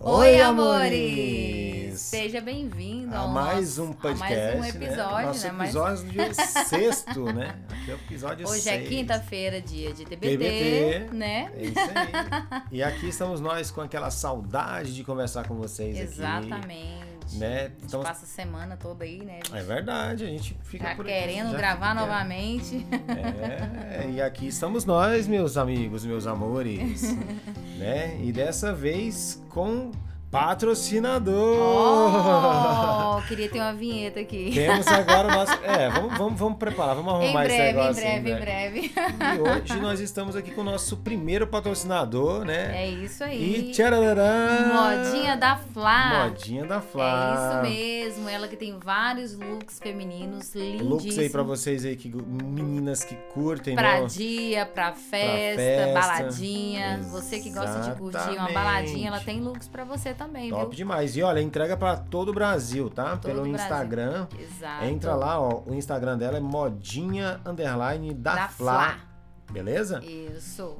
Oi, amores! Seja bem-vindo A ao mais nosso- um podcast. a mais um né? episódio, Nosso né? Mas episódio de sexto, né? Aqui é o episódio hoje é seis. quinta-feira, dia de TBT, TBT. né? É isso aí. e aqui estamos nós com aquela saudade de conversar com vocês aqui. Exatamente. Né? A gente Então- passa a semana toda aí, né? É verdade, a gente fica Já por aqui, querendo já gravar fica- novamente. É, e aqui estamos nós, meus amigos, meus amores, né? E dessa vez com patrocinador. Oh, queria ter uma vinheta aqui. Temos agora o nosso. É, vamos, vamos, vamos preparar, vamos Em arrumar esse breve, em negócio. breve, em né? breve. E hoje nós estamos aqui com o nosso primeiro patrocinador, né? É isso aí. E tcharararã! Modinha da Flá. Modinha da É isso Flá. mesmo, ela que tem vários looks femininos lindíssimos. Looks aí pra vocês aí, que, meninas que curtem, Pra né? dia, pra festa, festa. baladinha. Você que gosta de curtir uma Exatamente. baladinha, ela tem looks pra você também, Top viu? demais. E olha, entrega pra todo o Brasil, tá? Todo Pelo o Brasil. Instagram. Exato. Entra lá, ó. O Instagram dela é modinha underline da, Da Flá. Flá. Beleza? Isso.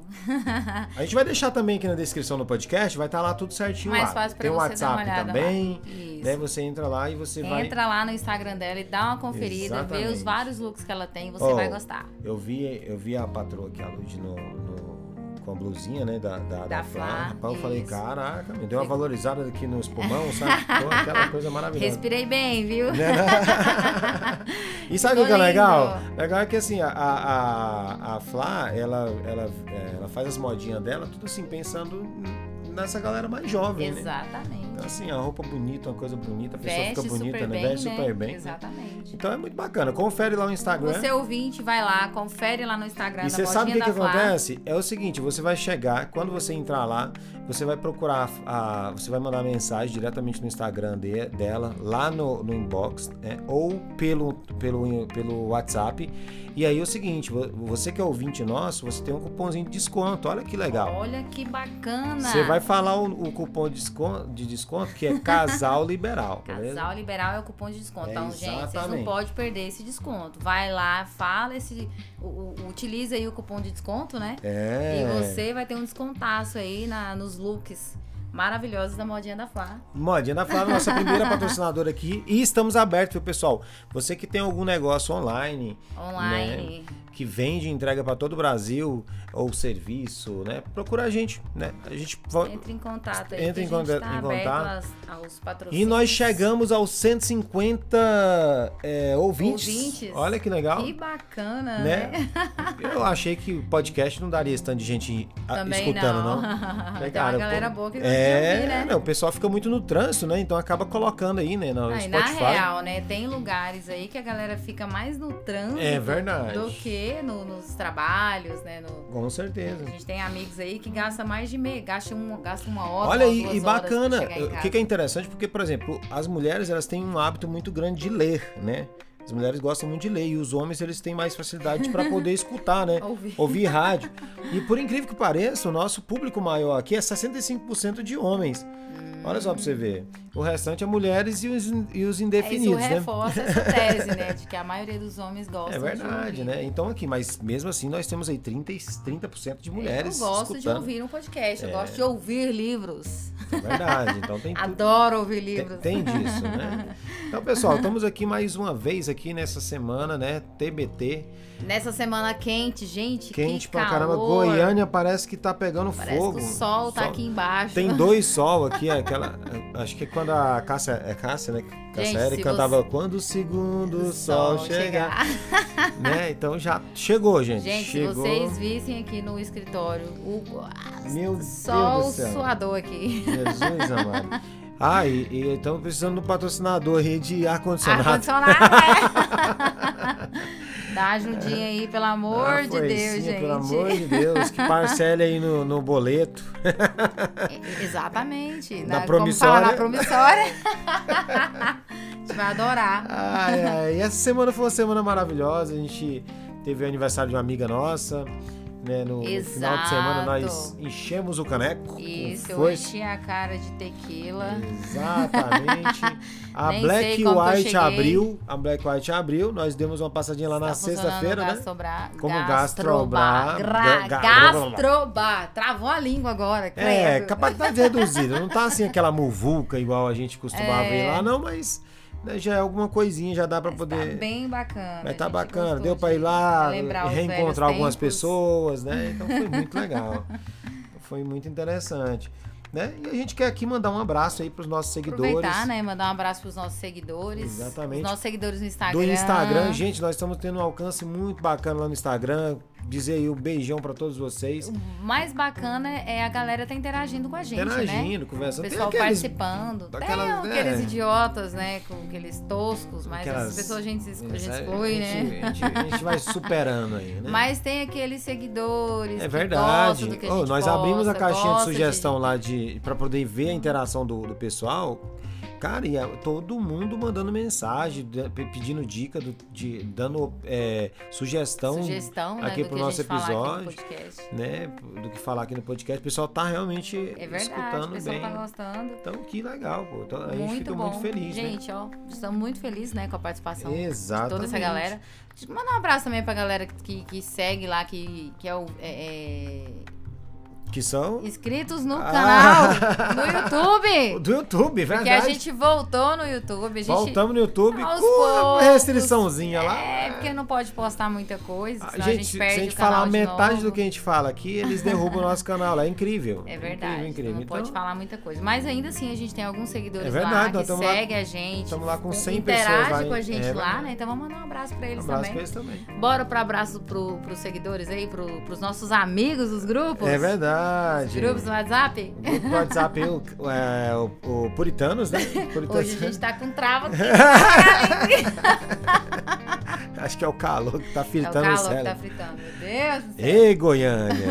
A gente vai deixar também aqui na descrição do podcast, vai estar lá tudo certinho Mais lá. fácil pra Tem o você WhatsApp dar uma olhada também. Isso. Daí você entra lá e você vai Entra lá no Instagram dela e dá uma conferida, vê os Exatamente. vários looks que ela tem, você Oh. vai gostar. Eu vi, eu vi a patroa aqui, a Lud, no, no- com a blusinha, né? Da, da, Da Flá, Rapaz, eu falei, isso. caraca, me deu uma valorizada aqui nos pulmões, sabe? Ficou aquela coisa maravilhosa. Respirei bem, viu? Né? e sabe o que é Ficou legal? lindo. Legal é que assim, a, a, a Flá, ela, ela, é, ela faz as modinhas dela, tudo assim, pensando nessa galera mais jovem, né? Exatamente. Então, assim, a roupa bonita, uma coisa bonita, a pessoa Veste fica bonita, super né? bem, Veste né? super bem. Exatamente. Então é muito bacana. Confere lá o Instagram. Você ouvinte, vai lá, confere lá no Instagram E da você Modinha sabe o que, da que Flá. acontece? É o seguinte, você vai chegar, quando você entrar lá, você vai procurar, a, você vai mandar mensagem diretamente no Instagram de- dela, lá no, no inbox, né? ou pelo, pelo, pelo WhatsApp. E aí é o seguinte, vo- você que é ouvinte nosso, você tem um cupomzinho de desconto, olha que legal. Olha que bacana. Você vai falar o, o cupom de desconto, de desconto, que é casal liberal, beleza? Casal Liberal é o cupom de desconto. É, então, gente, vocês não exatamente. podem perder esse desconto. Vai lá, fala esse. o- o- utiliza aí o cupom de desconto, né? É. E você vai ter um descontaço aí na, nos looks maravilhosos da modinha da Flá. Modinha da Flávia, nossa primeira patrocinadora aqui. E estamos abertos, viu, pessoal? Você que tem algum negócio online, Online. que vende e entrega para todo o Brasil, ou serviço, né? Procura a gente, né? A gente vai- Entre em contato aí. Entra que em a gente conta- tá em aberto contato. às- aos patrocínios. E nós chegamos aos 150 é, ouvintes. Ouvintes. Olha que legal. Que bacana, né? né? Eu achei que o podcast não daria esse tanto de gente a- Também Ah, escutando, não. Tem Cara, uma eu- galera boa que gosta de É, ouvir, né? não, o pessoal fica muito no trânsito, né? Então acaba colocando aí, né, no Aí, na Spotify. real, né? Tem lugares aí que a galera fica mais no trânsito É verdade. do que no- nos trabalhos, né? No- Com A certeza. gente tem amigos aí que gasta mais de meia, gasta, um, gasta uma hora. Olha uma, aí, duas e horas pra bacana. chegar em O casa. que, que é interessante, porque, por exemplo, as mulheres elas têm um hábito muito grande de ler, né? As mulheres gostam muito de ler e os homens eles têm mais facilidade para poder escutar, né? Ouvir. Ouvir rádio. E por incrível que pareça, o nosso público maior aqui é 65% de homens. Olha só pra você ver. O restante é mulheres e os, e os É, isso indefinidos, né? reforça essa tese, né? De que a maioria dos homens gosta É verdade, né? Então aqui, mas mesmo assim nós temos aí 30, e- 30% de mulheres Eu gosto de escutando. ouvir um podcast, eu gosto de ouvir livros. É verdade. Então tem tudo. Adoro ouvir Tem- livros. Tem disso, né? Então, pessoal, estamos aqui mais uma vez aqui nessa semana, né? TBT, Nessa semana quente, gente, quente que pra calor. caramba. Goiânia parece que tá pegando Parece fogo. que o sol tá aqui embaixo. Tem dois sol aqui, aquela. Acho que é quando a Cássia, é Cássia, né? Gente, Cássia Eller se cantava Quando o Segundo Sol, Chegar, né? Então já chegou, gente. Gente, se chegou. vocês vissem aqui no escritório, o ah, Meu Deus sol do céu. suador aqui. Jesus amado. Ah, e, e estamos precisando de um patrocinador aí de ar-condicionado. Ar-condicionado, né? Dá ajudinha aí, pelo amor Ah, de foi, Deus, sim, gente. Pelo amor de Deus, que parcele aí no, no boleto. É, Exatamente. Na como fala, na promissória. promissória. A gente vai adorar. Ai, ai, E essa semana foi uma semana maravilhosa. A gente teve o aniversário de uma amiga nossa. né? No, no final de semana nós enchemos o caneco. com Isso, eu foice. enchi a cara de tequila. Tá Exatamente. A Nem Black sei como que eu White cheguei. abriu. A Black White abriu. Nós demos uma passadinha lá na Tá funcionando sexta-feira, o né? Gastrobra- Como Gastrobar. Gastrobar- Gra- ga- Gastrobar. Travou a língua agora, É, credo. capacidade reduzida. Não tá assim aquela muvuca igual a gente costumava ver lá, não, mas né, já é alguma coisinha, já dá pra poder. Tá bem bacana. Mas tá gente, bacana, gostou deu pra de ir lá, relembrar os velhos reencontrar algumas tempos. pessoas, né? Então foi muito legal. Foi muito interessante. Né? E a gente quer aqui mandar um abraço aí pros nossos seguidores. Aproveitar, né? Mandar um abraço pros nossos seguidores. Exatamente. Os nossos seguidores no Instagram. do Instagram. Gente, nós estamos tendo um alcance muito bacana lá no Instagram. Dizer aí um beijão pra todos vocês. O mais bacana é a galera tá interagindo com a gente, né? Interagindo, O conversando. pessoal Tem aqueles- participando. daquelas, Tem né? aqueles idiotas, né? Com aqueles toscos, mas Aquelas- essas pessoas a gente, se- a gente Mas exclui, né? a gente- a gente vai superando aí, né? Mas tem aqueles seguidores. É Que verdade. gostam do que a Ô, gente nós posta, abrimos a caixinha de gosta Uhum. sugestão lá de para poder ver a interação do, do pessoal. Cara, e a- todo mundo mandando mensagem, da- pe- pedindo dica, do- de, dando é, sugestão, sugestão né, aqui do pro que a nosso gente falar aqui no episódio. podcast. né, do que falar aqui no podcast. O pessoal tá realmente É verdade, o escutando pessoal bem. tá gostando. Então, que legal, pô. Então, a gente muito fica bom. muito feliz, né? É, gente, ó, estamos muito felizes né, com a participação de Exatamente. toda essa galera. Manda um abraço também pra galera que, que segue lá, que, que é o. é- é, Que são Inscritos no Ah! canal, no YouTube! do YouTube, Porque verdade. a gente voltou no YouTube, a gente. Voltamos no YouTube Aos com uma poucos. restriçãozinha lá. É, porque não pode postar muita coisa, A senão gente, se a perde gente o canal falar de metade novo. do que a gente fala aqui, eles derrubam o nosso canal lá. É incrível. É verdade. Incrível, incrível. Então, Não pode falar muita coisa. Mas ainda assim, a gente tem alguns seguidores É verdade, lá nós que tamo lá- seguem a gente. estamos lá com 100 interage pessoas lá em- com a gente é lá, verdade. né? Então vamos mandar um abraço pra um eles abraço pra também. eles também. Bora pro abraço pro, pros seguidores aí, pro, pros nossos amigos dos grupos. É verdade. Grupos do WhatsApp. O grupo do WhatsApp, o, é, o- o Puritanos, né? Puritanos. Hoje a gente tá com trava. Acho que é o calor que tá É o fritando o calor que tá cérebro. fritando. Meu Deus do céu. Ei, Goiânia!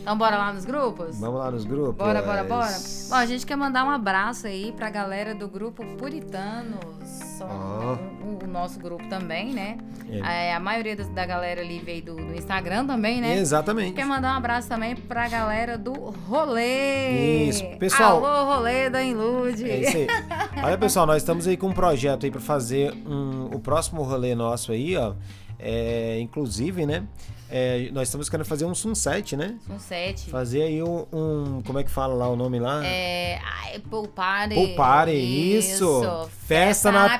Então bora lá nos grupos? Vamos lá nos grupos? Bora, bora, bora. Bom, a gente quer mandar um abraço aí pra galera do grupo Puritanos. São Ó. o, o nosso grupo também, né? É. É, a maioria das- da galera ali veio do, do Instagram também, né? Exatamente. Quer mandar um abraço também pra galera do rolê. Isso, pessoal. Alô, rolê da Inlude. É isso aí. Olha, pessoal, nós estamos aí com um projeto aí para fazer um- o próximo rolê nosso aí, ó. É, inclusive, né? é, nós estamos querendo fazer um sunset, né? Um sete. Fazer aí um, um- Como é que fala lá o nome lá? É, ai, pool party. Pool party, isso. Festa Tá na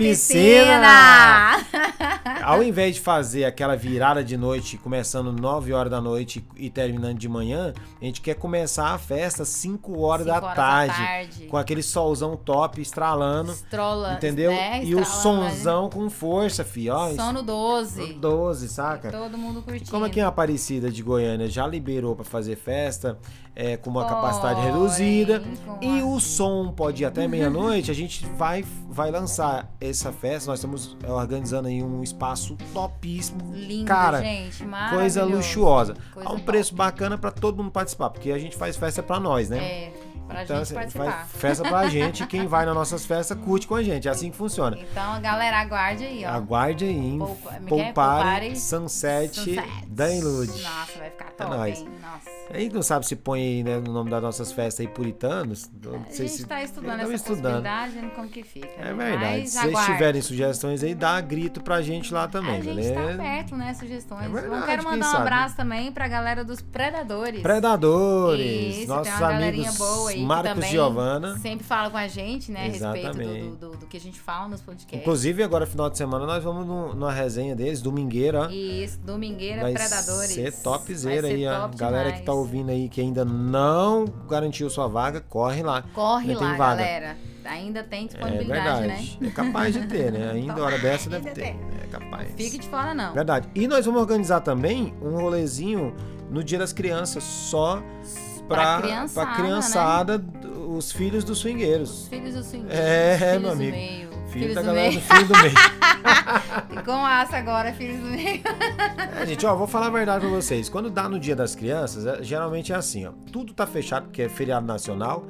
Ao invés de fazer aquela virada de noite, começando 9 horas da noite e terminando de manhã, a gente quer começar a festa 5 horas, Cinco da, tarde, tarde. Com aquele solzão top estralando. Estrola, Entendeu? né? E o Estralando, né? sonzão com força, fi, ó. Sono 12. 12, saca? Todo mundo curtindo. ah, Como é aqui em Aparecida de Goiânia já liberou pra fazer festa, é, com uma Porém, capacidade reduzida, com e a- o som pode ir até meia-noite, a gente vai, vai lançar essa festa. Nós estamos é, organizando aí um espaço topíssimo. Lindo, cara, gente. coisa maravilhoso. luxuosa. Coisa a um top. preço bacana pra todo mundo participar, porque a gente faz festa pra nós, né? É, pra Então, gente assim, participar. faz festa pra gente, quem vai nas nossas festas curte com a gente, é assim que funciona. Então, galera, aguarde aí, ó. Aguarde aí, hein? Poupa- como é que é? Poupare Poupare Sunset, Sunsets. da Ilude. Nossa, vai ficar É top, nóis. hein? Nossa. Aí não sabe se põe aí, né, no nome das nossas festas aí, puritanos. Não A sei gente se... tá estudando tamo essa estudando. possibilidade, vendo como que fica. É né? verdade. Mas se vocês aguarde. tiverem sugestões aí, dá grito pra gente lá também, A gente beleza? tá aberto, né? Sugestões. É verdade, Eu quero quem mandar um sabe? abraço também pra galera dos Predadores. Predadores, Isso, tem nossos uma galerinha amigos boa aí que Marcos também e Giovana. Sempre fala com a gente, né? A respeito Exatamente. do, do, do que a gente fala nos podcasts. Inclusive, agora final de semana, nós vamos no- numa resenha deles, domingueira, ó. Isso, Domingueira né? Vai Predadores. ser topzera Vai ser aí, ó. top Galera demais. que tá ouvindo aí, que ainda não garantiu sua vaga, corre lá. Corre Ainda lá, tem vaga. galera. Ainda tem É disponibilidade, né? verdade. É capaz de ter, né? Ainda hora dessa deve Ainda ter. tem. É capaz. Fique de fora, não. Verdade. E nós vamos organizar também um rolezinho no Dia das Crianças, só pra, Pra criançada, né? pra criançada, do- os filhos dos swingueiros. Os filhos do swing. É, filhos meu do amigo. meio. Filho filhos da do galera meio. do filho do meio. Com aça agora, filhos do meio. É, gente, ó, vou falar a verdade pra vocês. Quando dá no Dia das Crianças, é- geralmente é assim, ó. Tudo tá fechado, porque é feriado nacional.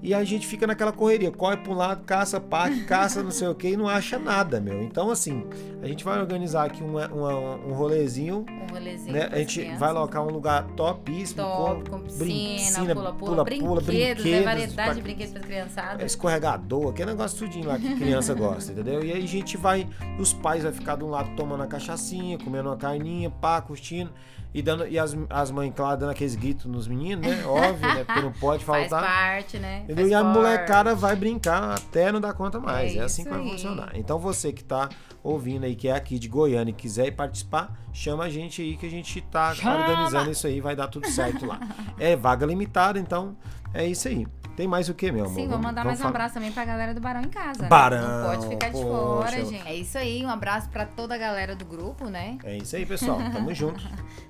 E a gente fica naquela correria, corre para um lado, caça parque, caça não sei o que e não acha nada, meu. Então, assim, a gente vai organizar aqui uma- uma- um rolezinho, Um rolezinho. né? A pras gente crianças. vai alocar um lugar topíssimo, Top, com com brin- piscina, pula-pula, pula-pula, brinquedos, né? brinquedos Variedade pra- de brinquedos para é, criançada. escorregador, aquele negócio tudinho lá que criança gosta, entendeu? E aí a gente vai, os pais vai ficar de um lado tomando a cachaçinha, comendo uma carninha, pá, curtindo, e, dando, e as, as mães, claro, dando aqueles gritos nos meninos, né? Óbvio, né? Porque não pode Faz faltar. parte, né? Entendeu? Faz E a parte. molecada vai brincar até não dar conta mais. É É, assim que isso vai aí. funcionar. Então você que tá ouvindo aí, que é aqui de Goiânia e quiser ir participar, chama a gente aí que a gente tá Chama! organizando isso aí, vai dar tudo certo lá. É vaga limitada, então é isso aí. Tem mais o que, meu amor? Sim, Tá vou Vamos- mandar vamos mais um falar. abraço também pra galera do Barão em Casa. né? Barão, Não pode ficar de poxa. fora, gente. É isso aí, um abraço pra toda a galera do grupo, né? É isso aí, pessoal. Tamo junto.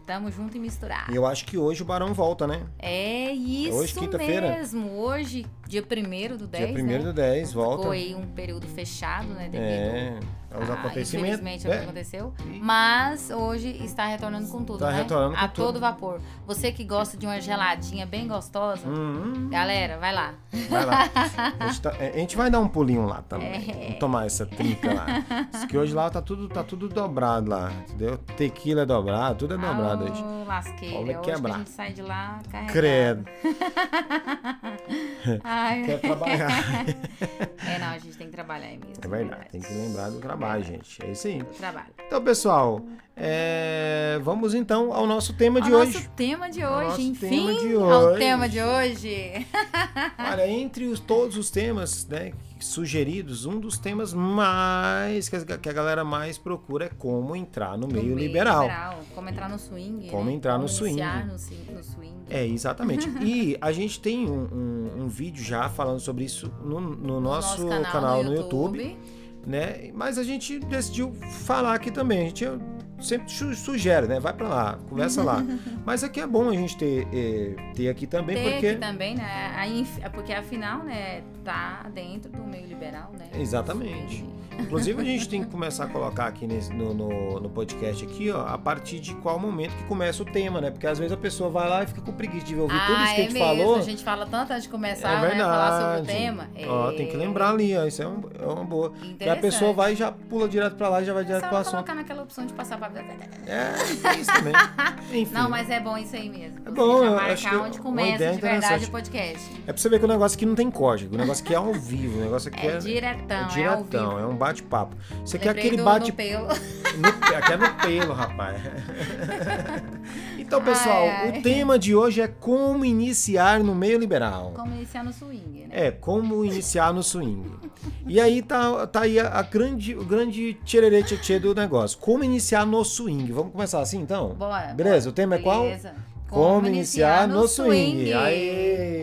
Tamo junto e misturado. E eu acho que hoje o Barão volta, né? É isso Hoje, quinta-feira? mesmo. Hoje, dia 1 do 10, Dia 1 né? do 10, volta. Ficou aí um período fechado, né? Devido É, aos a- acontecimentos. Ah, Infelizmente, é o que né? aconteceu. E- Mas hoje está retornando com tudo, Tá né? retornando com a tudo. todo vapor. Você que gosta de uma geladinha bem gostosa, Hum, galera, vai lá. Vai lá. A gente, tá- é, a gente vai dar um pulinho lá também. É. Vamos tomar essa trinca lá. Diz que hoje lá tá tudo, tá tudo dobrado lá, entendeu? Tequila é dobrado, tudo é dobrado hoje. Ô, Lasqueira. Olha Hoje que que abra- a gente sai de lá carregado. Credo, Ai, quer trabalhar. É, não, a gente tem que trabalhar aí mesmo. É verdade, tem que lembrar do trabalho, gente. É isso aí. Do trabalho. Então, pessoal, é, vamos então ao nosso tema de Ao hoje. nosso tema de Ao nosso hoje, enfim. tema de Ao hoje. tema de hoje. Ah. Olha, entre os- todos os temas né, sugeridos, um dos temas mais que a, que a galera mais procura é como entrar no meio, Do liberal. Como entrar no swing. Como né? entrar no Como iniciar swing. no swing. No swing. É, exatamente. e a gente tem um, um- um vídeo já falando sobre isso no, no nosso, canal, no YouTube, né? Mas a gente decidiu falar aqui também. A gente eu sempre su- sugere, né? Vai pra lá, conversa lá. Mas aqui é bom a gente ter, eh, ter aqui também, Tem porque. aqui também, né? a inf- é Porque afinal, né, tá dentro do meio liberal, né? Exatamente. Inclusive, a gente tem que começar a colocar aqui nesse- no, no- no podcast aqui, ó, a partir de qual momento que começa o tema, né? Porque às vezes a pessoa vai lá e fica com preguiça de ouvir Ah, tudo isso que é a gente mesmo. falou. A gente fala tanto antes de começar, É né? Falar sobre o verdade. tema. Ó, É tem que lembrar ali, ó. Isso é, um- é uma boa. Porque a interessante. pessoa vai e já pula direto pra lá e já vai É direto só pro ela assunto. colocar naquela opção de passar pra... É, isso também. Enfim. Não, mas é bom isso aí mesmo. É bom, Você eu já acho que marcar é onde uma começa ideia de verdade interessante. o podcast. É pra você ver que o negócio aqui não tem código. O negócio aqui é ao vivo. O negócio aqui É, é. diretão, é, é ao vivo. diretão, é um bate-papo. Isso aqui é Lembrei aquele do- bate do pelo. No, aqui é no pelo, rapaz. Então, pessoal, Ai, ai. o tema de hoje é como iniciar no meio liberal. Como iniciar no swing, né? É, como iniciar no swing. E aí tá, tá aí a, a grande, o grande tchererê tchê do negócio. Como iniciar no swing. Vamos começar assim, então? Bora. Beleza, o tema é qual? Beleza. Como iniciar no swing. Aê!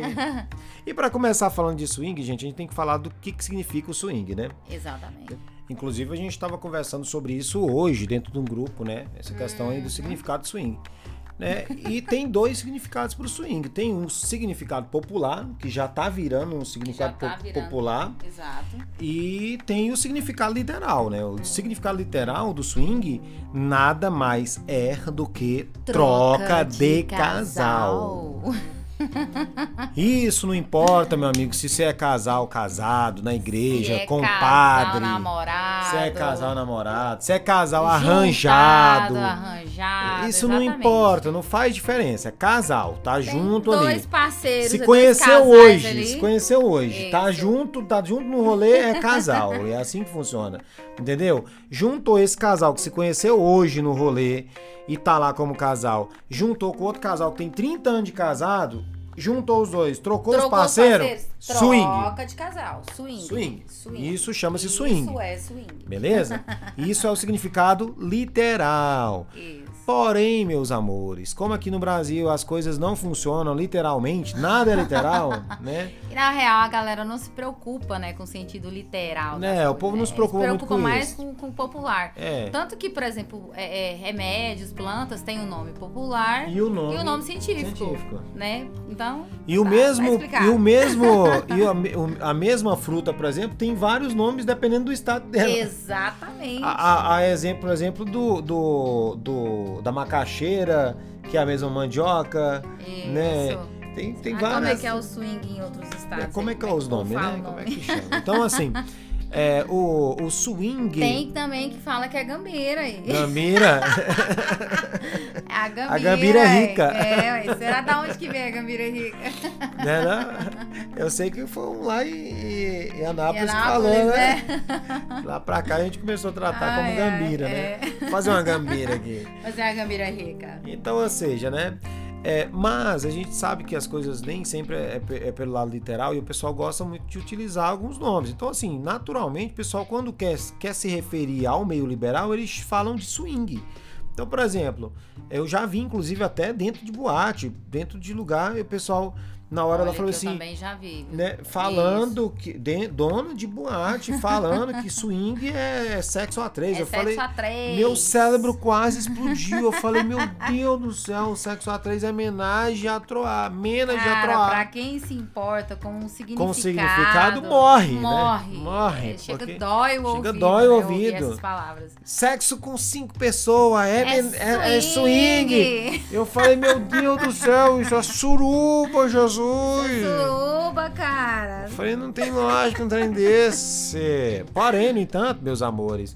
E para começar falando de swing, gente, a gente tem que falar do que, que significa o swing, né? Exatamente. Inclusive, a gente estava conversando sobre isso hoje dentro de um grupo, né? Essa questão Hum. aí do significado do swing. Né? E tem dois significados para o swing. Tem um significado popular, que já está virando um significado tá po- virando. popular, Exato. e tem o significado literal, né? O significado literal do swing nada mais é do que troca, de, casal. Isso não importa, meu amigo, se você é casal casado, na igreja, Se é compadre. Casal, namorado. Se é casal namorado, se é casal juntado, arranjado. arranjado, Isso não exatamente. importa, não faz diferença. É casal, tá Tem junto dois ali. parceiros, Se dois conheceu casais hoje, ali. se conheceu hoje, tá Isso. junto, tá junto no rolê, é casal. é assim que funciona. Entendeu? Juntou esse casal que se conheceu hoje no rolê e tá lá como casal, juntou com outro casal que tem 30 anos de casado, juntou os dois, trocou, Trocou os parceiros, swing. Troca de casal, swing. Swing. Swing. Isso chama-se swing. Isso é swing. Beleza? Isso é o significado literal. Isso. Porém, meus amores, como aqui no Brasil as coisas não funcionam literalmente, nada é literal, né? E na real, a galera não se preocupa, né, com o sentido literal. Né, das o povo coisas, não se preocupa Eles muito preocupa com mais isso. com, com o popular. É. Tanto que, por exemplo, é- é, remédios, plantas têm o nome popular E o nome. e o nome científico. científico. Né? Então. E o tá, vai mesmo, explicar. e o mesmo, e a, me- o- a mesma fruta, por exemplo, tem vários nomes dependendo do estado dela. Exatamente. A, a- a exemplo, por exemplo, do, do, do- da macaxeira, que é a mesma mandioca, Isso. né? Tem, tem Ah, várias. Como é que é o swing em outros estados? É, como é que é Como os nomes, Tá, fala o né? Como nome? é que chama? Então, assim, é, o, o swing. Tem também que fala que é gambira aí. Gambira. A gambira, gambira é ué. rica. É, ué. será da onde que vem a gambira rica? né, né? Eu sei que foi lá em, em Anápolis, Em que falou, Anápolis, né? Lá pra cá a gente começou a tratar Ah, como é, gambira, é. né? Vou Fazer uma gambira aqui. Mas é a gambira rica. Então, ou seja, né? É, mas a gente sabe que as coisas nem sempre é, pe- é pelo lado literal e o pessoal gosta muito de utilizar alguns nomes. Então, assim, naturalmente, o pessoal, quando quer, quer se referir ao meio liberal, eles falam de swing. Então, por exemplo, eu já vi, inclusive, até dentro de boate, dentro de lugar, e o pessoal, na hora, Olha ela falou que Eu assim. também já vi. viu? Né, falando que. De, dono de boate falando que swing é sexo a três. É eu falei. sexo a três. Meu cérebro quase explodiu. Eu falei, meu Deus do céu, o sexo A3 é homenagem a Troá. Homenagem a Cara, pra Troá. quem se importa com o significado. Com significado, morre, né? Morre. Morre, É, chega, porque- dói chega o ouvido. dói o né, ouvir ouvido. essas palavras. Sexo com cinco pessoas é, men- é- é swing. Eu falei, meu Deus do céu, isso é suruba, Jesus. é Suruba, cara. Eu falei, não tem lógica um trem desse. Porém, no entanto, meus amores,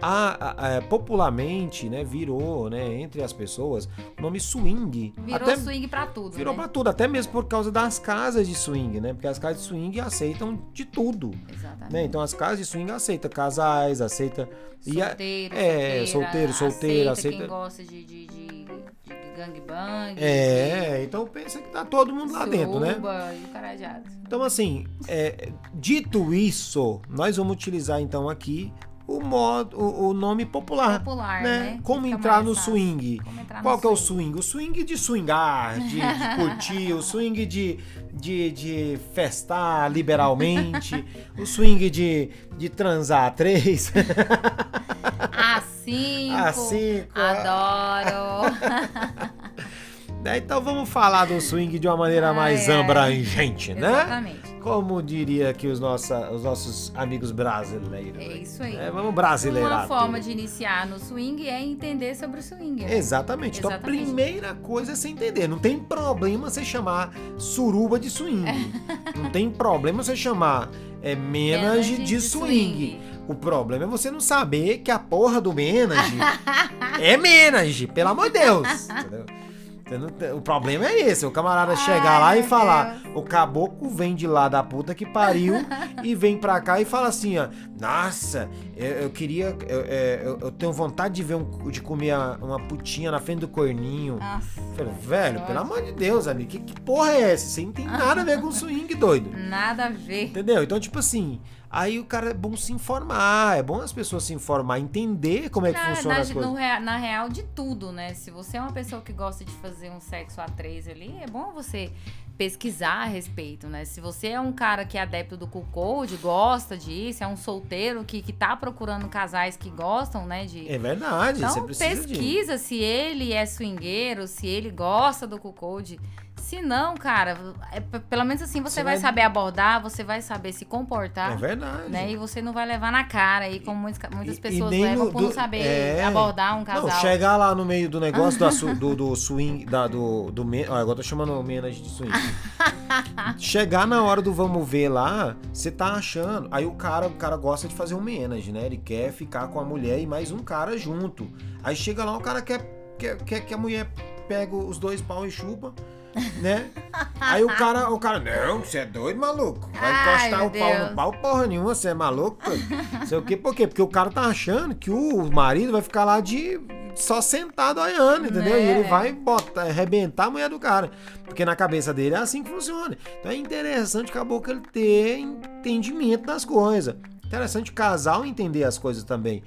a- a- a- popularmente, né, virou, né, entre as pessoas, o nome swing. Virou Até- swing pra tudo, Virou né? pra tudo, até mesmo por causa das casas de swing, né? Porque as casas de swing aceitam de tudo, Exatamente. né? Então as casas de swing aceitam casais, aceita e a- Solteiro, é, solteiro, solteira, solteira, aceita. aceita- Quem gosta de, de, de, de gangbang. é, então pensa que tá todo mundo lá dentro, né? Suruba e o carajado. Então assim, é, dito isso, nós vamos utilizar então aqui o modo, o, o nome popular, Popular, né? né? Como Fica entrar mais no fácil. swing? Como entrar Qual no que é o swing? O swing de swingar, de, de curtir, o swing de, de, de festar liberalmente, o swing de, de transar a três, A cinco. Ah. a cinco. Adoro. Né? Então vamos falar do swing de uma maneira Ai, mais ai. abrangente, né? Ah, é. Exatamente. Como diria que os, nossa, os nossos amigos brasileiros. É isso aí. né? Vamos brasileirar. Uma forma tudo. de iniciar no swing é entender sobre o swing. né? Exatamente. Então a Exatamente. primeira coisa é você entender. Não tem problema você chamar suruba de swing. não tem problema você chamar é, menage de, swing. O problema é você não saber que a porra do menage é menage, pelo amor de Deus. entendeu? Você não tem- O problema é esse, o camarada chegar Ai, lá e meu falar, o caboclo vem de lá da puta que pariu e vem pra cá e fala assim, ó, nossa, eu, eu queria, eu, é, eu- eu tenho vontade de ver um, de comer a- uma putinha na frente do corninho. Nossa. Eu falei, velho, pelo amor de Deus, amigo, que, que porra é essa? Você não tem nada a ver com swing, doido. Nada a ver. Entendeu? Então, tipo assim, aí o cara é bom se informar, é bom as pessoas se informar, entender como é que Na, funciona na- as coisas. no rea- na real, de tudo, né? Se você é uma pessoa que gosta de fazer um sexo a três ali, é bom você pesquisar a respeito, né? Se você é um cara que é adepto do cool code, gosta disso, é um solteiro que, que tá procurando casais que gostam, né? De, É verdade, você Então precisa de... um. pesquisa se ele é swingueiro, se ele gosta do cuckold. Se não, cara, é p- pelo menos assim você Você vai vai- saber abordar, você vai saber se É comportar, verdade. né? E você não vai levar na cara aí, como muitas, ca- muitas e pessoas nem levam no- por do- não saber é. abordar um casal. Não, chegar lá no meio do negócio da su- do, do swing, da, do, do men- ó, agora eu tô chamando o menage de swing. chegar na hora do vamos ver lá, você tá achando. Aí o cara, o cara gosta de fazer um menage, né? Ele quer ficar com a mulher e mais um cara junto. Aí chega lá, o cara quer, quer, quer que a mulher pega os dois pau e chupa. Né? Aí o cara, o cara, não, você é doido, maluco. Vai Ai, encostar meu o pau Deus. no pau, porra nenhuma, você é maluco. pô. Sei o quê, por quê? Porque o cara tá achando que o marido vai ficar lá de só sentado olhando, entendeu? Né? E ele vai botar, arrebentar a mulher do cara. Porque na cabeça dele é assim que funciona. Então é interessante que a boca ele ter entendimento das coisas. Interessante o casal entender as coisas também.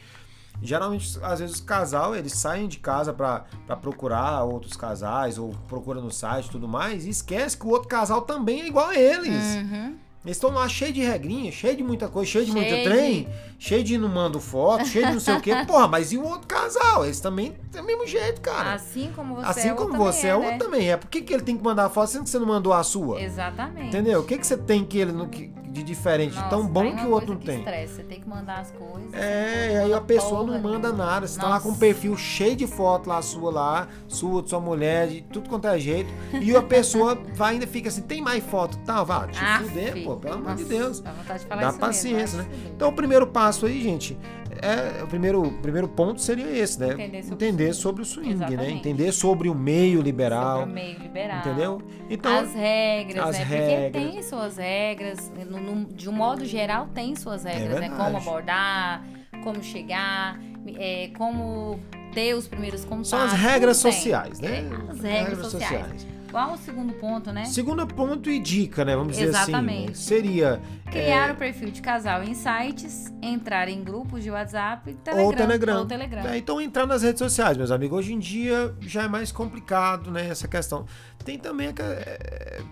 Geralmente, às vezes, os casal, eles saem de casa pra pra procurar outros casais, ou procura no site e tudo mais, e esquece que o outro casal também é igual a eles. Uhum. Eles estão lá cheio de regrinha, cheio de muita coisa, cheio de Cheio muito de- trem, cheio de não mando foto, cheio de não sei o quê. Porra, mas e o outro casal? Eles também é o mesmo jeito, cara. assim como você Assim é, o como outro você é, também o é, outro também é. Por que, que ele tem que mandar a foto sendo que você não mandou a sua? né? Exatamente. Entendeu? O que, que você tem que ele não. Que, de diferente, Nossa, tão aí é bom uma que o outro não coisa tem. Estressa. Você tem que mandar as coisas. É, você e aí a manda pessoa porra não manda nenhuma. nada. Você tá lá com um Nossa. perfil cheio de foto lá sua lá, sua, de sua mulher, de tudo quanto é jeito. E a pessoa vai ainda fica assim, tem mais foto tal, vá, te Ah, fuder, filho. pô, pelo amor de Nossa, Deus. Dá vontade de falar Dá isso mesmo, paciência, vai né? se fuder. Então o primeiro passo aí, gente, é o primeiro, o primeiro ponto seria esse, né? Entender sobre o Entender swing. sobre o swing, né? Exatamente. Entender sobre o meio liberal, Sobre o tá meio liberal. entendeu? Então, As regras, as né? regras. Porque tem suas regras, no- no- de um modo geral, tem suas regras, né? É verdade. Como abordar, como chegar, é, como ter os primeiros contatos. são as regras tudo tem. sociais, né? É, As regras, sociais. né? Qual o segundo ponto, né? Segundo ponto e dica, né? Vamos dizer assim. né? Exatamente. Seria Criar é. o perfil de casal em sites, entrar em grupos de WhatsApp, Telegram. Ou Telegram. Ou Telegram. É, então entrar nas redes sociais, meus amigos. Hoje em dia já é mais complicado, né? Essa questão. Tem também o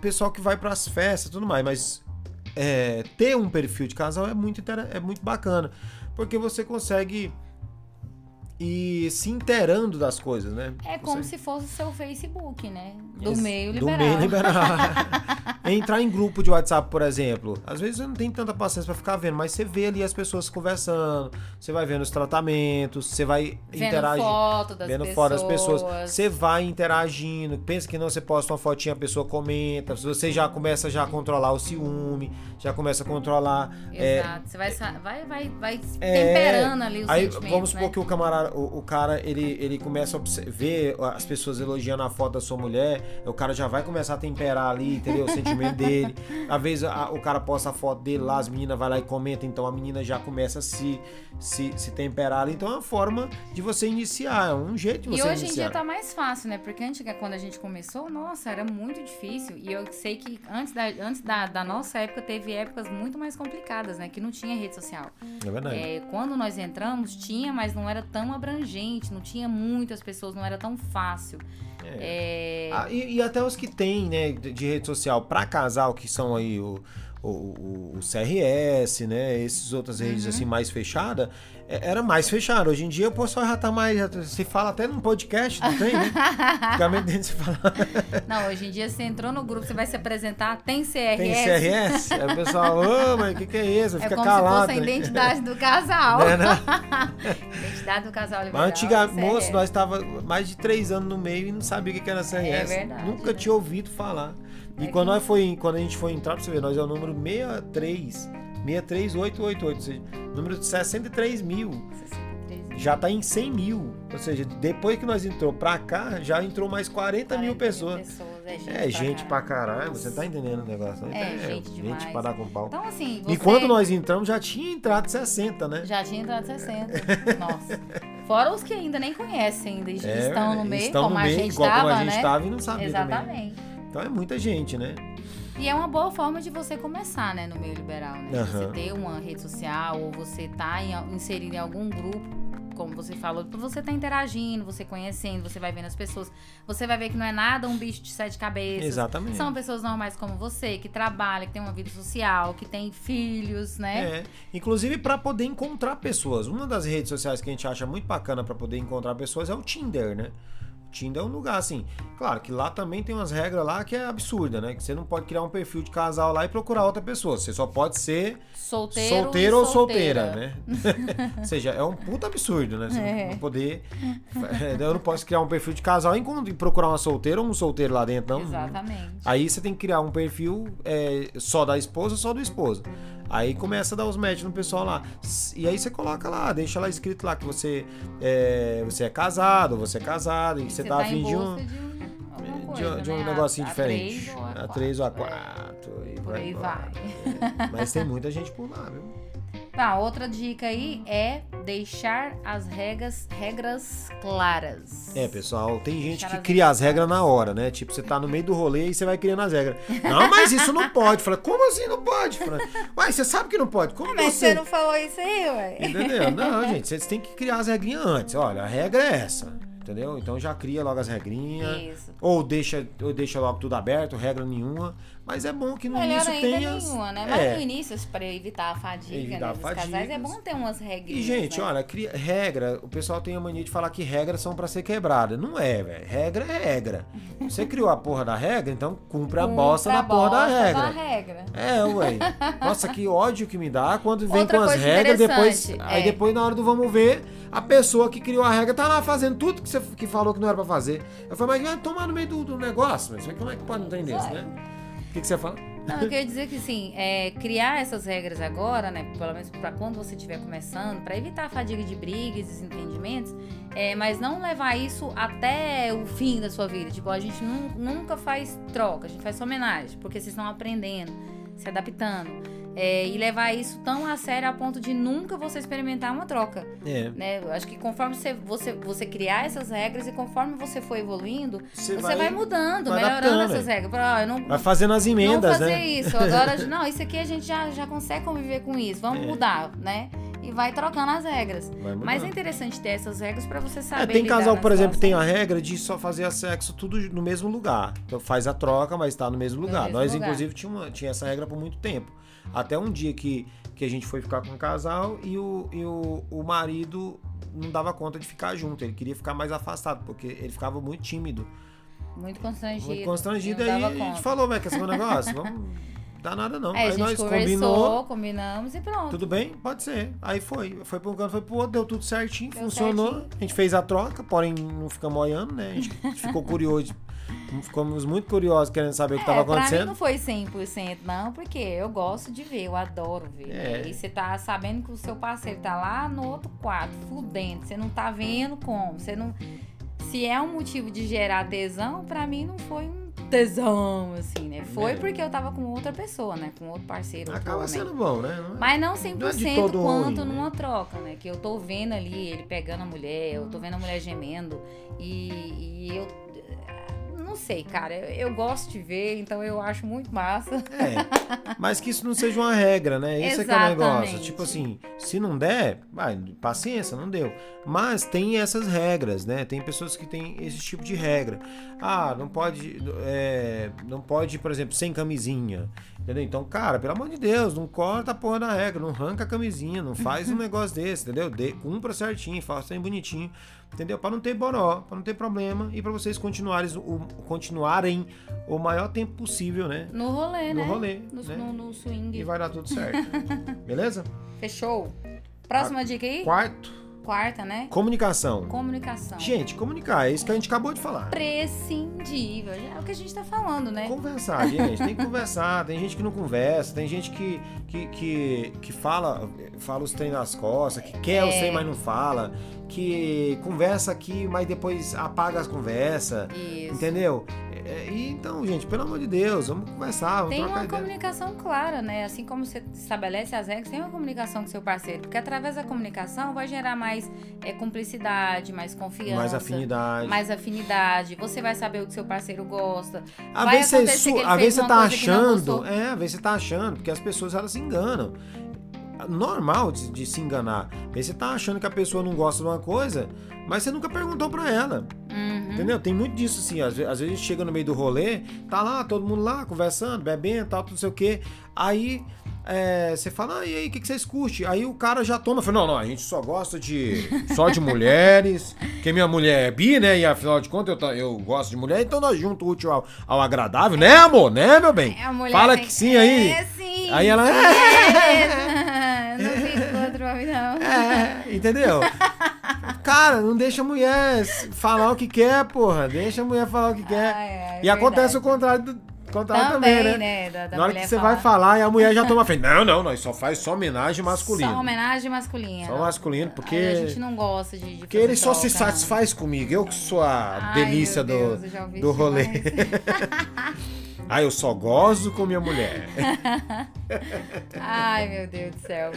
pessoal que vai para as festas e tudo mais, mas é, ter um perfil de casal é muito, intera- é muito bacana. Porque você consegue ir se inteirando das coisas, né? É como Você- se fosse o seu Facebook, né? Do Esse- meio Do liberal. meio liberal. Entrar em grupo de WhatsApp, por exemplo. Às vezes você não tem tanta paciência pra ficar vendo, mas você vê ali as pessoas conversando, você vai vendo os tratamentos, você vai Vendo interagindo. foto das Vendo pessoas. fora as pessoas. Você vai interagindo. Pensa que não, você posta uma fotinha, a pessoa comenta. Você já começa já a controlar o ciúme, já começa a controlar. é, Exato. Você vai, sa- vai, vai, vai É, temperando ali os Aí sentimentos, vamos supor né? que o camarada, o, o cara, ele, ele começa a obse- ver as pessoas elogiando a foto da sua mulher, o cara já vai começar a temperar ali, entendeu? O sentimento dele. Às vezes a- o cara posta a foto dele lá, as meninas vai lá e comenta, então a menina já começa a se, se, se temperar ali. Então é uma forma de você iniciar, é um jeito de E você hoje em iniciar. dia tá mais fácil, né? Porque antiga, quando a gente começou, nossa, era muito difícil. E eu sei que antes, da, antes da, da nossa época teve épocas muito mais complicadas, né? Que não tinha rede social. É verdade. É, quando nós entramos, tinha, mas não era tão abrangente, não tinha muitas pessoas, não era tão fácil. É, Ah, e, e até os que tem, né, de, de rede social pra casal, que são aí o, o, o- o CRS, né, essas outras redes Uhum. assim mais fechada, é- era mais fechada. Hoje em dia o pessoal já tá mais, já se fala até num podcast, não tem, né? Antigamente se fala, "Ah, É, Não, hoje em dia você entrou no grupo, você vai se apresentar, tem CRS. tem CRS? Aí o pessoal, ô, mas o que que é isso? É Fica como se calado. fosse a né? identidade do casal. Né, né? Identidade do casal liberal. é Mas antiga, CRS. moço, nós tava mais de três anos no meio e não sabia o que que era CRS. verdade, Nunca né? tinha ouvido falar. E É quando, que- nós foi, quando a gente foi entrar, pra você ver, nós é o número 63, 63888, ou seja, número de 63 mil. 63. Já tá em 100 mil. Ou seja, depois que nós entrou pra cá, já entrou mais 40 mil 40 pessoas. É gente, é gente pra caralho. caralho, você tá entendendo o negócio? né? É, gente demais. pra dar com pau. Então, assim, você E quando nós entramos, já tinha entrado 60, né? já tinha entrado 60. Nossa. Fora os que ainda nem conhecem, ainda estão no meio, É, estão como, no a meio, gente igual tava, como a gente né? tava e não sabia também. Exatamente. Então é muita gente, né? E é uma boa forma de você começar, né, no meio liberal, né? Aham. Você ter uma rede social ou você tá em, inserido em algum grupo, como você falou, pra você tá interagindo, você conhecendo, você vai vendo as pessoas, você vai ver que não é nada um bicho de sete cabeças. Exatamente. São pessoas normais como você, que trabalha, que tem uma vida social, que tem filhos, né? É. Inclusive para poder encontrar pessoas. Uma das redes sociais que a gente acha muito bacana para poder encontrar pessoas é o Tinder, né? O Tinder é um lugar assim. Claro que lá também tem umas regras lá que é absurda, né? Que você não pode criar um perfil de casal lá e procurar outra pessoa. Você só pode ser Solteiro, solteiro, e ou solteira, né? ou seja, é um puta absurdo, né? Você É. não poder. Eu não posso criar um perfil de casal e encont- e procurar uma solteira ou um solteiro lá dentro, não. Exatamente. Aí você tem que criar um perfil é, só da esposa, só do esposo. Aí começa a dar os match no pessoal lá. S- E aí você coloca lá, deixa lá escrito lá que você é, você é casado, você é casado, e que você, tá tá afim em de um, busca de um, alguma de- coisa, de um né? negocinho a, diferente. A A três três ou ou a a quatro. quatro. e É. Por aí vai. É, Mas tem muita gente por lá, viu? Tá, outra dica aí é deixar as regras, regras claras. É, pessoal, tem gente que Aquelas cria as regras na hora, né? Tipo, você tá no meio do rolê e você vai criando as regras. Não, mas isso não pode. Fala, como assim não pode? Fala, Uai, você sabe que não pode. Como Ah, Mas você é você não falou isso aí, ué. Entendeu? Não, gente, vocês têm que criar as regrinhas antes. Olha, a regra é essa. entendeu? Então já cria logo as regrinhas. Isso. Ou deixa, ou deixa logo tudo aberto, regra nenhuma. Mas é bom que no Melhor início ainda tenha. nenhuma, né? É. Mas no início, pra evitar a fadiga Evitar né, dos casais, fadigas. é bom ter umas regrinhas. E, gente, né? olha, cria- regra, o pessoal tem a mania de falar que regras são pra ser quebrada. Não é, velho. Regra é regra. Você criou a porra da regra, então cumpre a Cumpra bosta da a porra da bosta regra. regra. É, ué. Nossa, que ódio que me dá quando vem Outra com as coisa regras, depois. interessante, Aí é. depois, na hora do vamos ver, a pessoa que criou a regra tá lá fazendo tudo que você que falou que não era pra fazer. Eu falei, mas vai tomar no meio do, do negócio, mas como é que pode não entender isso, né? O que, que você fala? Não, eu queria dizer que assim, é, criar essas regras agora, né? Pelo menos para quando você estiver começando, para evitar a fadiga de brigas, desentendimentos, é, mas não levar isso até o fim da sua vida. Tipo, a gente nun- nunca faz troca, a gente faz só homenagem, porque vocês estão aprendendo, se adaptando. É, e levar isso tão a sério a ponto de nunca você experimentar uma troca É. né? Eu acho que conforme você, você, você criar essas regras e conforme você for evoluindo, Você você, vai- vai, mudando, vai melhorando adaptando, essas regras. Fala, ó, eu não, Vai fazendo as não emendas, fazer né? isso. Agora, não, isso aqui a gente já, já consegue conviver com isso. Vamos É. mudar, né? E vai trocando as regras. Vai mudando. Mas é interessante ter essas regras pra você É, saber. tem lidar casal, na por exemplo, que tem situação. a regra de só fazer sexo tudo no mesmo lugar. Então faz a troca, mas tá no mesmo No lugar. mesmo Nós, lugar. inclusive, tinha, uma- tinha essa regra por muito tempo. Até um dia que, que a gente foi ficar com um casal e, o, e o, o marido não dava conta de ficar junto. Ele queria ficar mais afastado, porque ele ficava muito tímido, Muito constrangido. muito constrangido. Aí eu não a dava gente conta. falou, vai, quer saber um negócio? Vamos. Dá nada não. É, a aí gente nós conversou, combinou. combinamos e pronto. Tudo bem? Pode ser. Aí foi. Foi pra um canto, foi pro outro, deu tudo certinho, Deu funcionou. certinho. A gente fez a troca, porém não ficamos olhando, né? A gente ficou curioso. Ficamos muito curiosos querendo saber o que estava É, pra mim acontecendo. não foi 100%, não, porque eu gosto de ver, eu adoro ver. É. né? E você tá sabendo que o seu parceiro tá lá no outro quarto, fudendo, você não tá vendo como, você não... Se é um motivo de gerar tesão, pra mim não foi um tesão, assim, né? Foi É. porque eu tava com outra pessoa, né? Com outro parceiro, outro Acaba homem. sendo bom, né? Não é- Mas não Não é 100% de todo ruim, quanto né? numa troca, né? Que eu tô vendo ali ele pegando a mulher, eu tô vendo a mulher gemendo. E, e eu. Não sei, cara. Eu, eu gosto de ver, então eu acho muito massa. É. Mas que isso não seja uma regra, né? Isso é que é o negócio. Exatamente. Tipo assim, se não der, vai, paciência, não deu. Mas tem essas regras, né? Tem pessoas que têm esse tipo de regra. Ah, não pode, é, não pode, por exemplo, sem camisinha. Entendeu? Então, cara, pelo amor de Deus, não corta a porra da regra, não arranca a camisinha, não faz um negócio desse, entendeu? Dê, cumpra certinho, faça bem bonitinho, entendeu? Pra não ter boró, pra não ter problema e pra vocês continuarem o, continuarem o maior tempo possível, né? No rolê, no né? rolê, No, né? no- no E swing. vai dar tudo certo. Beleza? Fechou? Próxima dica aí? Quarto, Quarta, né? comunicação. Comunicação. Gente, comunicar, é isso que a gente acabou de falar. Prescindível. É o que a gente tá falando, né? Conversar, gente, tem que conversar. Tem gente que não conversa, tem gente que, que, que, que fala, fala os trem nas costas, que quer É. os trem, mas não fala, que conversa aqui, mas depois apaga as conversas, Isso. entendeu? É, é, e então, gente, pelo amor de Deus, vamos conversar, vamos Tem trocar uma ideia. comunicação clara, né? Assim como você estabelece as regras, tem uma comunicação com seu parceiro. Porque através da comunicação vai gerar mais é, cumplicidade, mais confiança. Mais afinidade. mais afinidade. Você vai saber o que seu parceiro gosta. Às Vai vezes você, acontecer su... que ele às fez vezes você uma tá coisa que não achando. gostou. É, às vezes você tá achando, porque as pessoas elas se enganam. Normal de, de se enganar. Às vezes você tá achando que a pessoa não gosta de uma coisa, mas você nunca perguntou pra ela. Uhum. Entendeu? Tem muito disso, assim. Às, ve- às vezes chega no meio do rolê, tá lá, todo mundo lá, conversando, bebendo, tal, tudo não sei o quê. Aí é, você fala, ah, e aí, o que, que vocês curtem? Aí o cara já toma, fala, não, não, a gente só gosta de. só de mulheres, porque minha mulher é bi, né? E afinal de contas eu, ta- eu gosto de mulher, então nós junto o útil ao, ao agradável, né, amor? Né, meu bem? É, a mulher Fala tem que sim aí. É sim. Aí ela. É. não fiz com outro homem, não. É, entendeu? Cara, não deixa a mulher falar o que quer, porra. Deixa a mulher falar o que quer. Ah, é, é e acontece verdade. o contrário, do, contrário também, também, né? né? Da, da Na hora que mulher você falar. vai falar e a mulher já toma a frente. Não, não, nós só faz só homenagem masculina. Só homenagem masculina. Só masculino, porque, Aí a gente não gosta de, de porque fazer ele só se troca, né? não. satisfaz comigo. Eu que sou a Ai, delícia meu do, Deus, eu já ouvi do isso rolê. demais. ah, eu só gozo com minha mulher. É Ai, meu Deus do céu.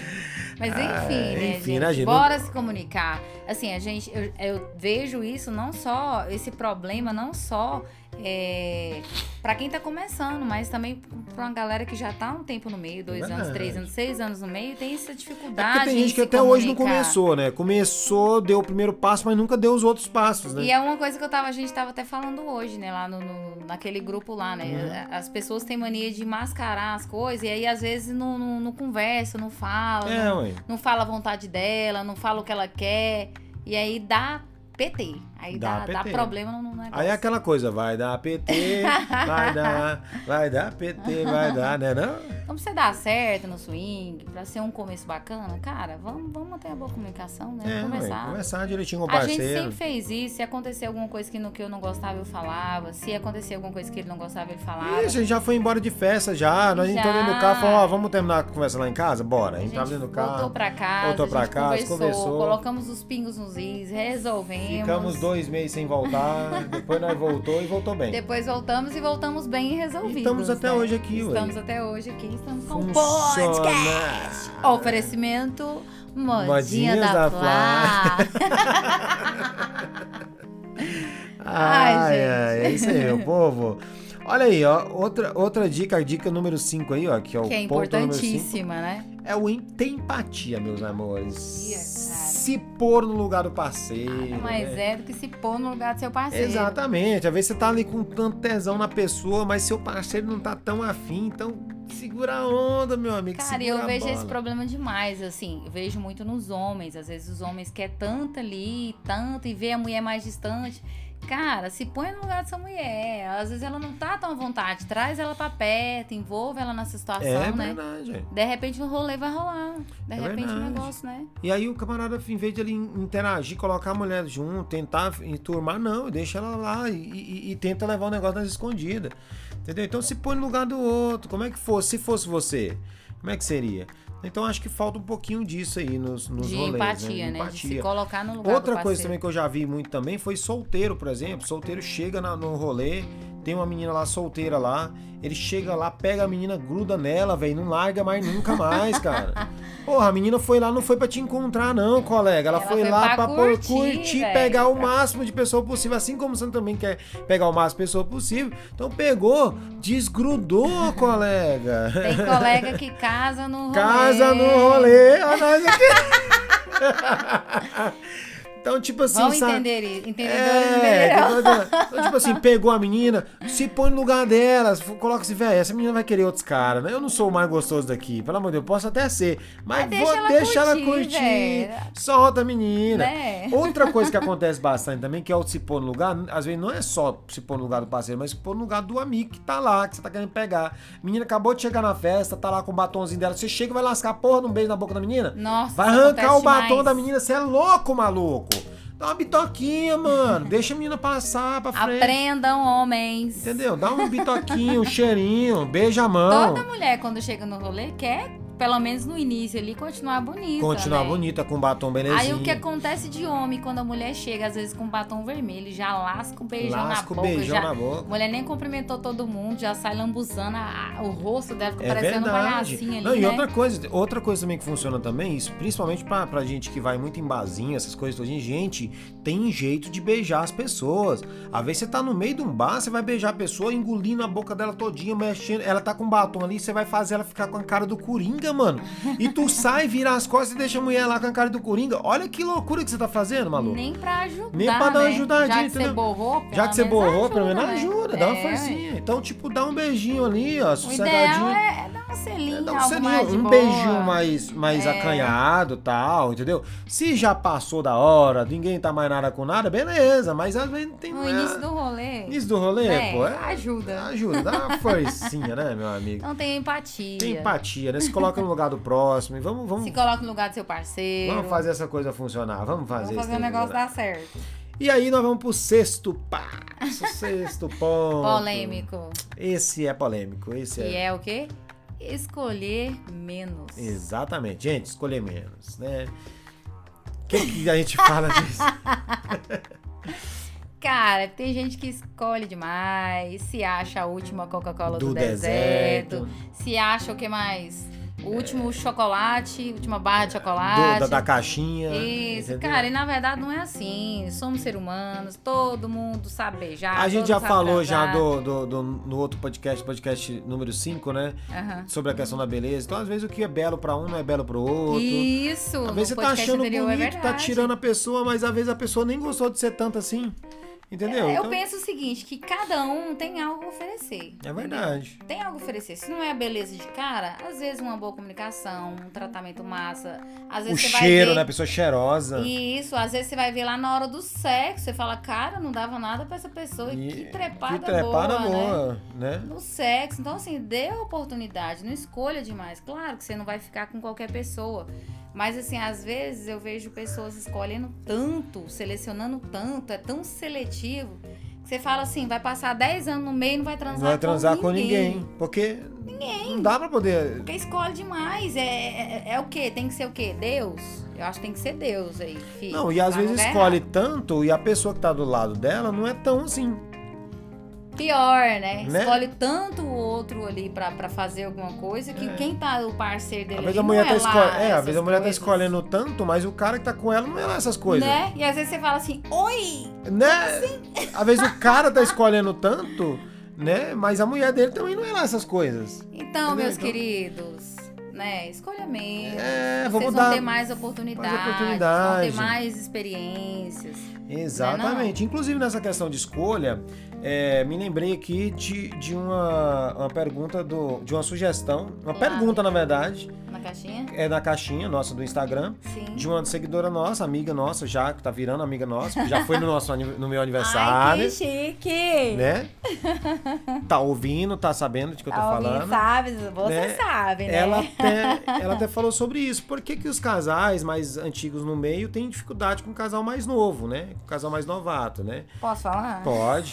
Mas enfim, Ah, né, enfim, gente? né, gente? Bora se comunicar. Assim, a gente, eu, eu vejo isso não só, esse problema não só é, Pra quem tá começando, mas também pra uma galera que já tá há um tempo no meio, dois Verdade. anos, três anos, seis anos no meio, tem essa É dificuldade. porque tem em gente que Ah, se até hoje não comunicar. começou, né? Começou, deu o primeiro passo, mas nunca deu os outros passos, né? E é uma coisa que eu tava, a gente tava até falando hoje, né? Lá no, no- naquele grupo lá, né? Uhum. As pessoas têm mania de mascarar as coisas e aí às vezes não, não, não conversa, não fala, não- É, ué. não fala a vontade dela, não fala o que ela quer. E aí dá PT. Aí Dá dá, dá PT. problema no no negócio. Aí é aquela coisa, vai dar PT, vai dar, vai dar PT, vai dar, né não? Então, pra você dar certo no swing, pra ser um começo bacana, cara, vamos, vamos manter a boa comunicação, né? É, ué, Conversar. conversar direitinho com o A gente parceiro. sempre fez isso. Se acontecer alguma coisa que, no, que eu não gostava, eu falava. Se acontecer alguma coisa que ele não gostava, ele falava. Isso, a gente já foi embora de festa já, nós né? Já. entramos dentro do carro, falou, ó, vamos terminar a conversa lá em casa? Bora, a gente entrava dentro do Voltou carro, pra casa, voltou a pra gente casa, conversou, conversou. colocamos os pingos nos is, resolvemos. ficamos dois meses sem voltar, depois nós voltou e voltou bem. Depois voltamos e voltamos bem resolvidos. E estamos até né? hoje aqui, ué. Estamos até hoje aqui, estamos com um Funciona. podcast. Oferecimento Modinha, Modinhas da da, Flá. é Ai, Ai, ai, é isso aí, meu povo. Olha aí, ó, outra, outra dica, a dica número 5 aí, ó, que é o que é ponto número 5, importantíssima, né? é o em- ter empatia, meus amores. Empatia, é, cara. Se pôr no lugar do parceiro. Mas né? é do que se pôr no lugar do seu parceiro. Exatamente. Às vezes você tá ali com tanto tesão na pessoa, mas seu parceiro não tá tão afim, então segura a onda, meu amigo. Cara, segura eu a vejo bola. esse problema demais, assim, eu vejo muito nos homens. Às vezes os homens querem tanto ali, tanto, e vê a mulher mais distante. Cara, se põe no lugar dessa mulher. Às vezes ela não tá tão à vontade. Traz ela pra perto, envolve ela nessa situação, É né? verdade. De repente o rolê vai rolar. De É repente o verdade. negócio, né? E aí o camarada, em vez de ele interagir, colocar a mulher junto, tentar enturmar, não, deixa ela lá e, e- e tenta levar o negócio nas escondidas. Entendeu? Então se põe no lugar do outro. Como é que fosse? Se fosse você, como é que seria? Então acho que falta um pouquinho disso aí nos, nos de rolês, empatia, né? De se colocar no lugar Outra do coisa parceiro. também que eu já vi muito também foi solteiro, por exemplo. Solteiro chega na- no rolê, tem uma menina lá solteira lá, ele chega lá, pega a menina, gruda nela, velho, não larga mais nunca mais, cara. Porra, a menina foi lá, não foi pra te encontrar, não, colega. Ela, Ela foi, foi lá pra pra pô- curtir, curtir, velho. pegar o máximo de pessoa possível, assim como você também quer pegar o máximo de pessoa possível. Então pegou, desgrudou, colega. Tem colega que casa no rolê. Casa no rolê, ó, nós aqui. Então, tipo assim, Vão sabe? entender isso. Entendedores É, entenderão. que coisa- então, tipo assim, pegou a menina, se põe no lugar dela, se- coloca assim, velho, essa menina vai querer outros caras, né? Eu não sou o mais gostoso daqui, pelo amor de Deus, posso até ser, mas, Mas deixa vou ela deixar curtir, ela curtir, velho. solta a menina. Né? Outra coisa que acontece bastante também, que é o se pôr no lugar, às vezes não é só se pôr no lugar do parceiro, mas se pôr no lugar do amigo que tá lá, que você tá querendo pegar. Menina acabou de chegar na festa, tá lá com o batonzinho dela, você chega e vai lascar a porra de um beijo na boca da menina? Nossa, Vai isso arrancar acontece o batom demais. da menina, você é louco, maluco. Dá uma bitoquinha, mano. Deixa a menina passar pra frente. Aprendam, homens. Entendeu? Dá um bitoquinho, um cheirinho, beija a mão. Toda mulher, quando chega no rolê, quer, pelo menos no início ali, continuar bonita. Continuar né? bonita né, com batom belezinho. Aí o que é acontece de homem quando a mulher chega, às vezes com batom vermelho, já lasca um beijão na Lasca o boca. beijão já... na boca. A mulher nem cumprimentou todo mundo, já sai lambuzando a- a- o rosto dela, fica É parecendo um verdade. palhacinho ali, Não, e né? outra coisa, outra coisa também que funciona também, isso, principalmente pra, pra gente que vai muito em barzinho, essas coisas todas, gente, tem jeito de beijar as pessoas. Às vezes você tá no meio de um bar, você vai beijar a pessoa, engolindo a boca dela todinha, mexendo, ela tá com batom ali, você vai fazer ela ficar com a cara do Coringa, mano. E tu sai, vira as costas e deixa a mulher lá com a cara do Coringa. Olha que loucura que você tá fazendo, maluco. Nem pra ajudar, Nem pra dar uma né? ajudadinha, Já que você entendeu? borrou, pelo Já que você menos borrou, pelo menos né? ajuda, dá uma É, ué. forcinha. Então, tipo, dá um beijinho ali, ó, O ideal sossegadinho. é dar um selinho, Dá um, algo selinho, mais de um boa. É. beijinho mais, mais acanhado tal, entendeu? Se já passou da hora, ninguém tá mais nada com nada, beleza, mas às vezes não tem né, No início do rolê. Início do rolê, É, pô. É, ajuda. Ajuda, dá uma forcinha, né, meu amigo? Então tem empatia. Tem empatia, né? Se coloca no lugar do próximo e vamos, vamos, Se coloca no lugar do seu parceiro. vamos fazer essa coisa funcionar. Vamos Vamos fazer fazer o esse trem negócio funcionar. dar certo. E aí nós vamos pro sexto passo, sexto ponto. Polêmico. Esse é polêmico, esse Que é o quê? Escolher menos. Exatamente. Gente, escolher menos, né? O que, que a gente fala disso? Cara, tem gente que escolhe demais, se acha a última Coca-Cola do, deserto, se acha o que mais? O último chocolate, última barra de do- chocolate. da, da caixinha. Isso, entendeu? cara, e na verdade não é assim. Somos seres humanos, todo mundo sabe beijar. A gente todo já sabe falou já transar. do, do- do- no outro podcast, podcast número 5, né? Aham. Sobre a questão da beleza. Então, às vezes, o que é belo pra um não é belo pro outro. Isso, Às no vezes você tá podcast achando anterior, é bonito, tá verdade. tirando a pessoa, mas às vezes a pessoa nem gostou de ser tanto assim. Entendeu? É, Eu Então, penso o seguinte, que cada um tem algo a oferecer. é verdade. Tem algo a oferecer. Se não é a beleza de cara, às vezes uma boa comunicação, um tratamento massa. Às O vezes você cheiro, vai ver... né? A pessoa cheirosa. E Isso, às vezes você vai ver lá na hora do sexo, você fala, cara, não dava nada pra essa pessoa, e que trepada, que trepada boa, né? boa, né? No sexo, então assim, dê a oportunidade, não escolha demais. Claro que você não vai ficar com qualquer pessoa, mas assim, às vezes eu vejo pessoas escolhendo tanto, selecionando tanto, é tão seletivo, que você fala assim, vai passar 10 anos no meio e não vai transar, Não vai transar com ninguém. porque não dá pra poder. Porque escolhe demais, é, é, é o quê? Tem que ser o quê? Deus? Eu acho que tem que ser Deus aí, filho. Não, e às Vai no vezes lugar escolhe tanto e a pessoa que tá do lado dela não é tão assim. pior, né? Né? Escolhe tanto o outro ali pra, pra fazer alguma coisa que quem tá o parceiro É. dele Às vezes ali a mulher não tá é escolhendo. É, lá às essas vezes a mulher tá coisas, escolhendo tanto, mas o cara que tá com ela não é lá essas coisas. Né? Né? E às vezes você fala assim, oi! Às vezes o cara tá escolhendo tanto, né? Mas a mulher dele também não é lá essas coisas. Então, Entendeu? meus Então- queridos, né? Escolha mesmo. É, Vocês vamos vão dar. ter mais oportunidades, mais vão oportunidade. ter mais experiências. Exatamente. Inclusive nessa questão de escolha, é, me lembrei aqui de, de uma, uma pergunta do, de uma sugestão, uma Lá. pergunta na verdade, Na caixinha? é da caixinha nossa do Instagram. Sim. De uma seguidora nossa, amiga nossa, já que tá virando amiga nossa, que já foi no, nosso, ani- no meu Ai, aniversário, que chique! né? Tá ouvindo, tá sabendo de que eu tô Tá ouvindo, falando. sabe? Você né? sabe, né? Ela até, ela até falou sobre isso. Por que, que os casais mais antigos no meio têm dificuldade com o casal mais novo, né? Com o casal mais novato, né? Posso falar? Pode.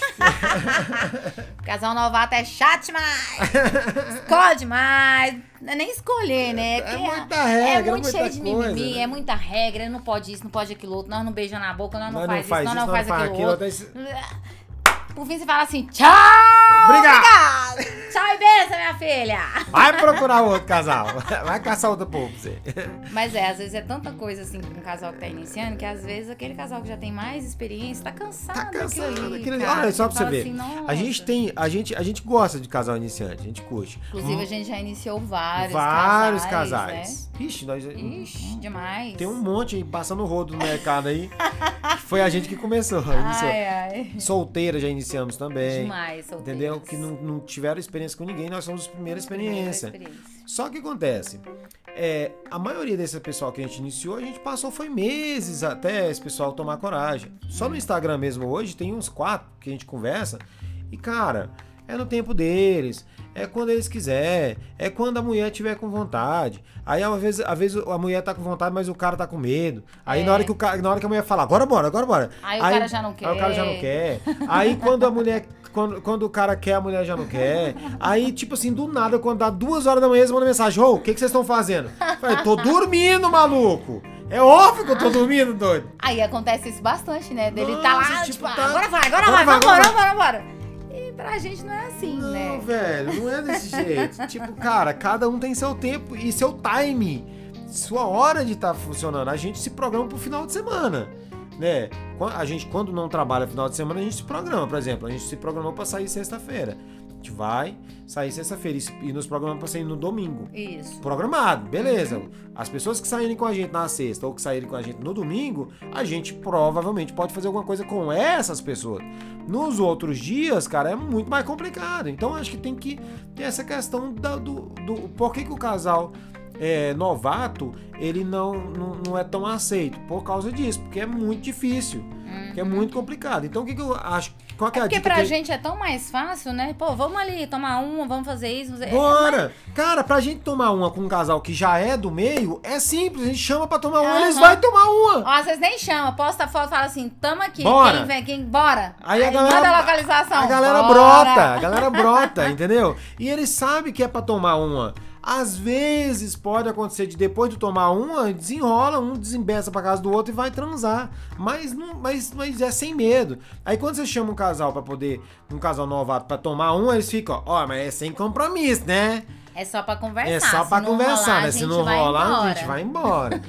Casal novato é chato demais! Escolhe demais! Não é Nem escolher, né? É Porque muita é regra, muito muita cheio de mimimi, coisa, né? é muita regra, não pode isso, não pode aquilo outro, nós não beijamos na boca, nós não, Nós faz isso, nós não faz aquilo, outro. até esse- Por fim, você fala assim, tchau! Obrigado! Obrigado! Tchau e benção, minha filha! Vai procurar outro casal. Vai caçar outro povo pra você. Mas é, às vezes é tanta coisa assim com um casal que tá iniciando, que às vezes aquele casal que já tem mais experiência tá cansado Tá daquilo cansado ali, aquilo ali. cara. Olha, só pra você fala ver. assim, A "Nossa." gente tem. A gente, a gente gosta de casal iniciante, a gente curte. Inclusive, a gente já iniciou vários, Hum. Vários casais, casais. Ixi, nós. né? Ixi, demais. Tem um monte aí passando rodo no mercado aí. que Foi a gente que começou. iniciou. Ai, ai. Solteira já iniciamos também. Ah, é. Demais, solteiros. É, Entendeu? Que não, não tiveram experiência com ninguém, nós somos a primeira experiência. Primeira experiência. Só que acontece, é, a maioria desse pessoal que a gente iniciou, a gente passou foi meses até esse pessoal tomar coragem. Só no Instagram mesmo hoje tem uns quatro que a gente conversa e cara, é no tempo deles, é quando eles quiser, é quando a mulher tiver com vontade. Aí às vezes, às vezes a mulher tá com vontade, mas o cara tá com medo. Aí na hora que o cara, na hora que a mulher fala, agora bora, agora bora. É. Aí o cara já não Aí o cara já não quer. quer quer. Aí quando a mulher. Quando, quando o cara quer, a mulher já não quer. Aí, tipo assim, do nada, quando dá duas horas da manhã, eles mandam mensagem: Ô, o que, que vocês estão fazendo? Eu Falei, tô dormindo, maluco! É óbvio que eu tô dormindo, doido! Aí acontece isso bastante, né? Dele tá Nossa, lá, tipo, tipo, tá- agora vai, agora agora vai, vai, vamos embora, agora vamos embora. E pra gente não é assim, Não, né? velho, não é desse jeito. tipo, cara, cada um tem seu tempo e seu time, sua hora de estar funcionando. A gente se programa pro final de semana, né? Qua- A gente, quando não trabalha final de semana, a gente se programa, por exemplo. A gente se programou pra sair sexta-feira. A gente vai sair sexta-feira e se- e nos programamos pra sair no domingo. Isso. Programado, beleza. As pessoas que saírem com a gente na sexta ou que saírem com a gente no domingo, a gente provavelmente pode fazer alguma coisa com essas pessoas. Nos outros dias, cara, é muito mais complicado. Então acho que tem que ter essa questão da- do, do por que, que o casal é, novato ele não, não, não é tão aceito por causa disso, porque é muito difícil, porque é muito complicado. Então o que, que eu acho? Qual que é, a Porque dica? pra que- gente Uhum. é tão mais fácil, né? Pô, vamos ali tomar uma, vamos fazer isso. Vamos fazer... Bora! Cara, pra gente tomar uma com um casal que já é do meio, é simples, a gente chama pra tomar uma, Aham. eles vão tomar uma! Ó, vocês nem chamam, posta foto, fala assim, tamo aqui, Bora. quem vem, quem, bora. Aí a galera- manda a localização. A galera Bora. brota, a galera brota, entendeu? E ele sabe que é pra tomar uma. Às vezes pode acontecer de depois de tomar uma, desenrola, um desembeça pra casa do outro e vai transar. Mas, não, mas, mas é sem medo. Aí quando você chama um casal pra poder, um casal novato pra tomar uma, eles ficam, ó, mas é sem compromisso, né? É só pra conversar. É só se pra não conversar, rolar, a né? Se gente não vai rolar, a embora. gente vai embora.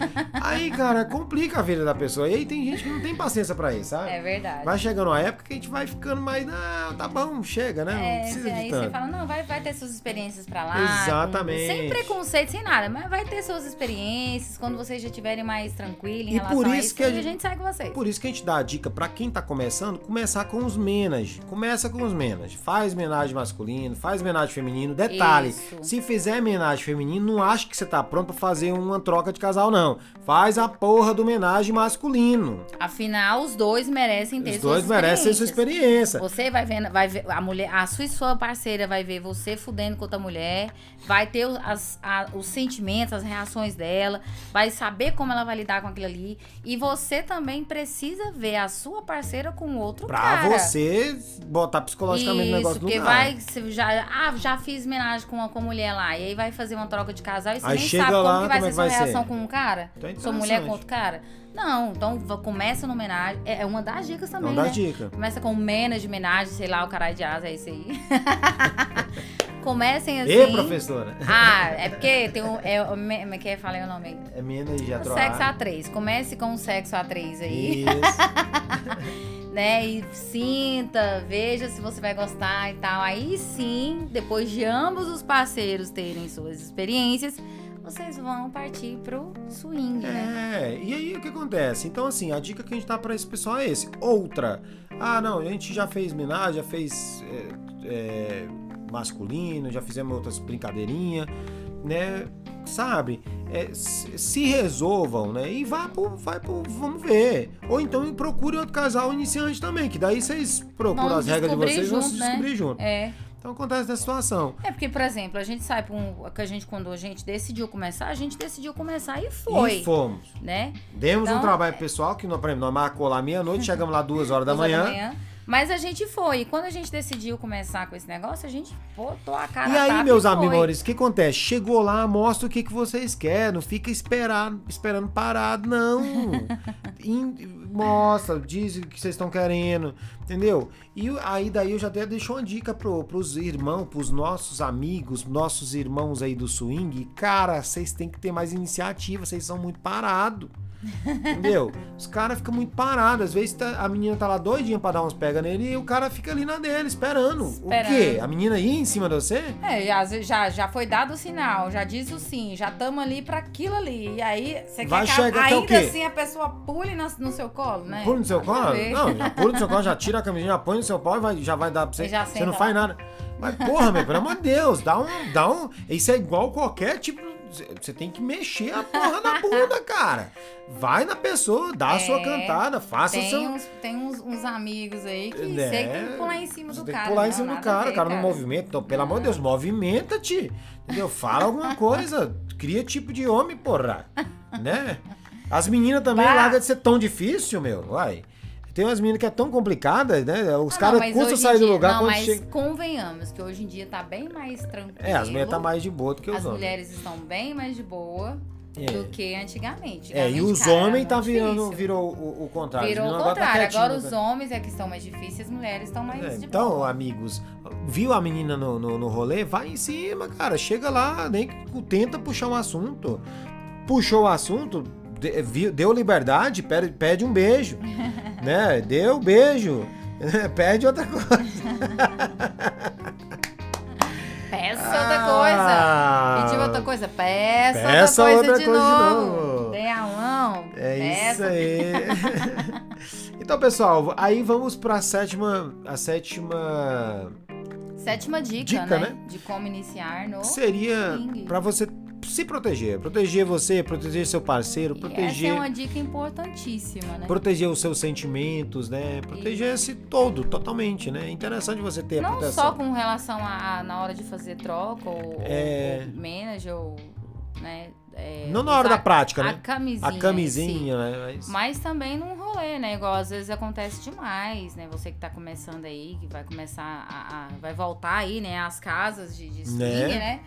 aí, cara, complica a vida da pessoa. E aí tem gente que não tem paciência pra isso, sabe? É verdade. Vai chegando uma época que a gente vai ficando mais. Ah, tá bom, chega, né? É, não precisa aí de você tanto. fala, não, vai, vai ter suas experiências pra lá. Exatamente. com- sem preconceito, sem nada, mas vai ter suas experiências quando vocês já estiverem mais tranquilos em E relação por a isso isso. que e a a gente, gente- segue vocês. É Por isso que a gente dá a dica pra quem tá começando, começar com os menas. Começa com os menas. Faz homenagem masculino, faz homenagem feminino. Detalhe, Isso. se fizer homenagem feminino, não acha que você tá pronto pra fazer uma troca de casal, não. Faz a porra do homenagem masculino. Afinal, os dois merecem ter Os suas dois merecem ter sua experiências. experiência. Você vai ver, vai ver a mulher, a sua, sua parceira vai ver você fudendo com outra mulher, vai ter os- as- a- os sentimentos, as reações dela, vai saber como ela vai lidar com aquilo ali. E você também precisa ver a sua parceira com outro Pra cara. você botar psicologicamente Isso, o negócio no porque lugar. vai, se já, ah, já fiz homenagem com uma, com a mulher lá, e aí vai fazer uma troca de casal, e você Aí nem chega sabe lá, como que como vai é ser que sua vai ser? reação com um cara, Então é sua mulher com interessante. outro cara. Não, então v- começa no homenagem, é é uma das dicas também, Não dá né? dica. Começa com menas de homenagem, sei lá, o caralho de asa é esse aí. Comecem assim. Ei, professora. Ah, é porque tem um. É, me, me, quer falar o nome aí? É menos de atroar. Sexo A3. Comece com o sexo A3 aí Isso. né? E sinta, veja se você vai gostar e tal. Aí sim, depois de ambos os parceiros terem suas experiências, vocês vão partir pro swing, né? É, e aí o que acontece? Então, assim, a dica que a gente dá pra esse pessoal é esse. Outra. Ah, não, a gente já fez minar, já fez é, é, masculino, já fizemos outras brincadeirinhas, né? Sabe? É, se se resolvam, né? E vá pro, vai pro. Vamos ver. Ou então procure outro casal iniciante também, que daí vocês procuram Vão as regras de descobrir vocês e vão se junto, né? descobrir junto. É. Então acontece essa situação. É porque, por exemplo, a gente sai pra um, que a gente quando a gente decidiu começar, a gente decidiu começar e foi, E fomos. né? Demos um Então, trabalho pessoal que, nós, por exemplo, nós marcou lá meia-noite, chegamos lá duas horas da Duas horas manhã. Mas a gente foi. E quando a gente decidiu começar com esse negócio, a gente botou a cara E a aí, tapa meus foi. amigos, o que acontece? Chegou lá, mostra o que, que vocês querem, não fica esperando, esperando parado, não. In- mostra, diz o que vocês estão querendo, entendeu? E o- aí daí eu já até deixo uma dica pro, pros irmãos, pros nossos amigos, nossos irmãos aí do swing. Cara, vocês têm que ter mais iniciativa, vocês são muito parados. Entendeu? Os caras ficam muito parados. Às vezes tá- a menina tá lá doidinha pra dar uns pega nele e o cara fica ali na dele, esperando. O Esperando. quê? A menina ia em cima de você? É, já, já, já foi dado o sinal, já diz o sim, já estamos ali para aquilo ali. E aí, você Vai quer que a- chegar até o ainda quê? assim a pessoa pule na- no, seu colo, né? Pula no seu Nada a colo? ver. Não, já pula no seu colo, já tira a camisinha, já põe no seu pau e vai, já vai dar pra você. E já você senta não lá. faz nada. Mas, porra, meu, pelo amor de Deus, dá um, dá um. Isso é igual qualquer tipo. Você tem que mexer a porra na bunda, cara. Vai na pessoa, dá a sua É, cantada, faça o Tem, seu. uns, tem uns, uns amigos aí que É, sei que tem que pular em cima Você do tem cara. que pular em não, é cima do nada a cara, ver, Ah, o cara não movimenta. Então, pelo amor de Deus, movimenta-te. Entendeu? Fala alguma coisa. Cria tipo de homem, porra. Né? As meninas também Bah. larga de ser tão difícil, meu. Vai. Tem umas meninas que é tão complicadas, né? Os Ah, não, caras mas custam hoje em sair do dia- lugar Não, quando mas chega. convenhamos que hoje em dia tá bem mais tranquilo. É, as mulheres tá mais de boa do que os As homens. mulheres estão bem mais de boa É. do que antigamente. É, e Antigamente, os cara, era homens tá muito virando, difícil. virou o, o contrário. Virou Os o meninos agora tá contrário. quietinho, Agora né? os homens é que estão mais difíceis, as mulheres estão mais É, de então, boa. amigos, viu a menina no, no, no rolê? Vai em cima, cara. Chega lá, nem que- tenta puxar um assunto. Puxou o assunto, de- viu- deu liberdade, pede, pede um beijo. né? Deu beijo. Pede outra coisa. Peça outra coisa. Ah, Pediu outra coisa, peça, Peça outra coisa, outra de, coisa de novo. novo. Dê a mão. É isso peça. aí. então, pessoal, aí vamos pra sétima. A sétima. Sétima dica, é Dica, né? né? De como iniciar no. Seria swing. pra você se proteger. Proteger você, proteger seu parceiro, E Essa proteger. é uma dica importantíssima, né? Proteger os seus sentimentos, né? Proteger-se todo, totalmente, né? É interessante você ter a Não só proteção. com relação a, a- na hora de fazer troca ou, ou- É. ou manager ou. Né, é, Não na hora da usar prática, a né? camisinha. A em si. camisinha, né? Mas- Mas também num rolê, né? Igual às vezes acontece demais, né? Você que tá começando aí, que vai começar a. a- vai voltar aí, né? As casas de, de swing, Né? né?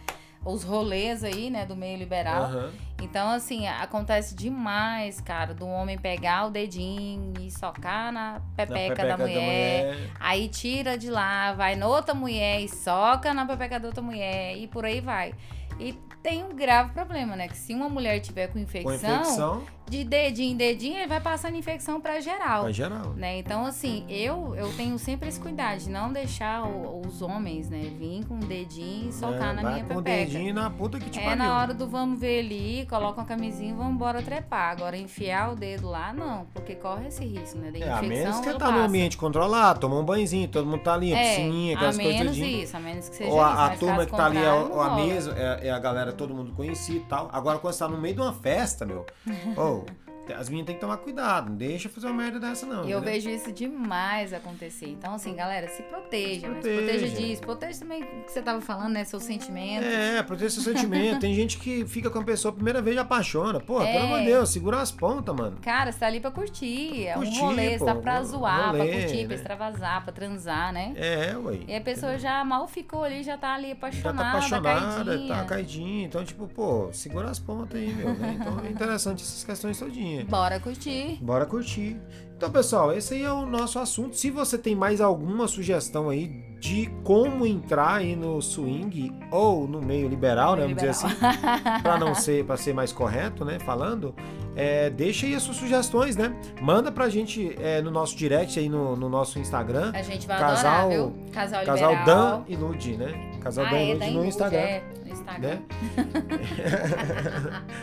os rolês aí, né, do meio liberal. Aham. Então, assim, acontece demais, cara, do homem pegar o dedinho e socar na Na pepeca, da, mulher, Aí tira de lá, vai na outra mulher e soca na pepeca da outra mulher e por aí vai. E tem um grave problema, né? Que se uma mulher tiver com Com infecção, infecção, de dedinho em dedinho, ele vai passando infecção pra geral. vai geral. É, Né? Então, assim, eu eu tenho sempre esse cuidado de não deixar o- os homens, né, vir com o dedinho e socar É, na vai minha com o pepeca. dedinho e na puta que te É pariu. na hora do vamos ver ali, coloca uma camisinha e vamos embora trepar. Agora, enfiar o dedo lá, não, porque corre esse risco, né? Da É, infecção, a menos que ela tá num passa. ambiente controlado, tomar um banhozinho, todo mundo tá ali, a É, piscininha, a aquelas né? coisas menos todinha. isso, a menos que seja Ou isso. a, a mas turma caso que tá ali, é, contrário, o- não a rola. mesa, é, é a galera todo mundo conhecido e tal. Agora, quando você tá no meio de uma festa, meu, ou as meninas têm que tomar cuidado, não deixa fazer uma merda dessa, não. E eu entendeu? vejo isso demais acontecer. Então, assim, galera, se proteja, né? Se Proteja. proteja disso. Proteja também o que você tava falando, né? Seus sentimentos. É, proteger seu sentimento. Tem gente que fica com a pessoa a primeira vez e apaixona. Pô, É. pelo amor de Deus, segura as pontas, mano. Cara, você tá ali pra curtir. É Curtir, um rolê, você tá pô, pra um zoar, rolê, pra curtir, né? pra extravasar, pra transar, né? É, ué. E a pessoa já mal ficou ali, já tá ali já apaixonada, tá apaixonada, caidinha. tá caidinha. Então, tipo, pô, segura as pontas aí, meu. né? Então é interessante essas questões todinhas. Bora curtir. Bora curtir. Então, pessoal, esse aí é o nosso assunto. Se você tem mais alguma sugestão aí de como entrar aí no swing ou no meio liberal, né? Vamos dizer assim, para não ser, para ser mais correto, né? Falando, é, deixa aí as suas sugestões, né? Manda pra gente é, no nosso direct aí no, no nosso Instagram. A gente vai Casal- adorar, viu? Casal, Casal liberal. Dan e Lud, né? Casal Ah, Dan é, e Dan Lud e no Lud, Instagram. é, no Instagram. Né?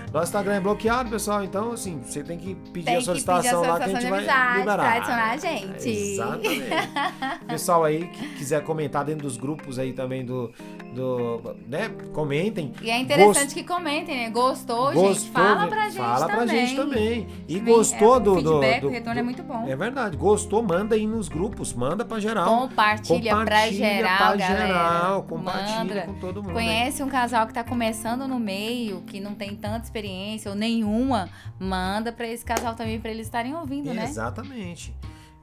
Nosso Instagram é bloqueado, pessoal. Então, assim, você tem que pedir Tem a que pedir a solicitação lá que a gente solicitação de vai amizade, liberar. pra adicionar a gente. Exatamente. pessoal aí que quiser comentar dentro dos grupos aí também do. do né? Comentem. E é interessante Gost- que comentem, né? Gostou, gente? Gostou? Fala gente? pra gente Fala também. pra gente também. E Também gostou é, do. O do- feedback, do- o retorno é muito bom. É verdade. Gostou? Manda aí nos grupos. Manda pra geral. Compartilha, pra geral, pra galera. geral. Compartilha Manda. com todo mundo. né? aí. Conhece um casal que tá começando no meio, que não tem tanta experiência ou nenhuma, manda pra esse casal também, pra eles estarem ouvindo, né? Exatamente.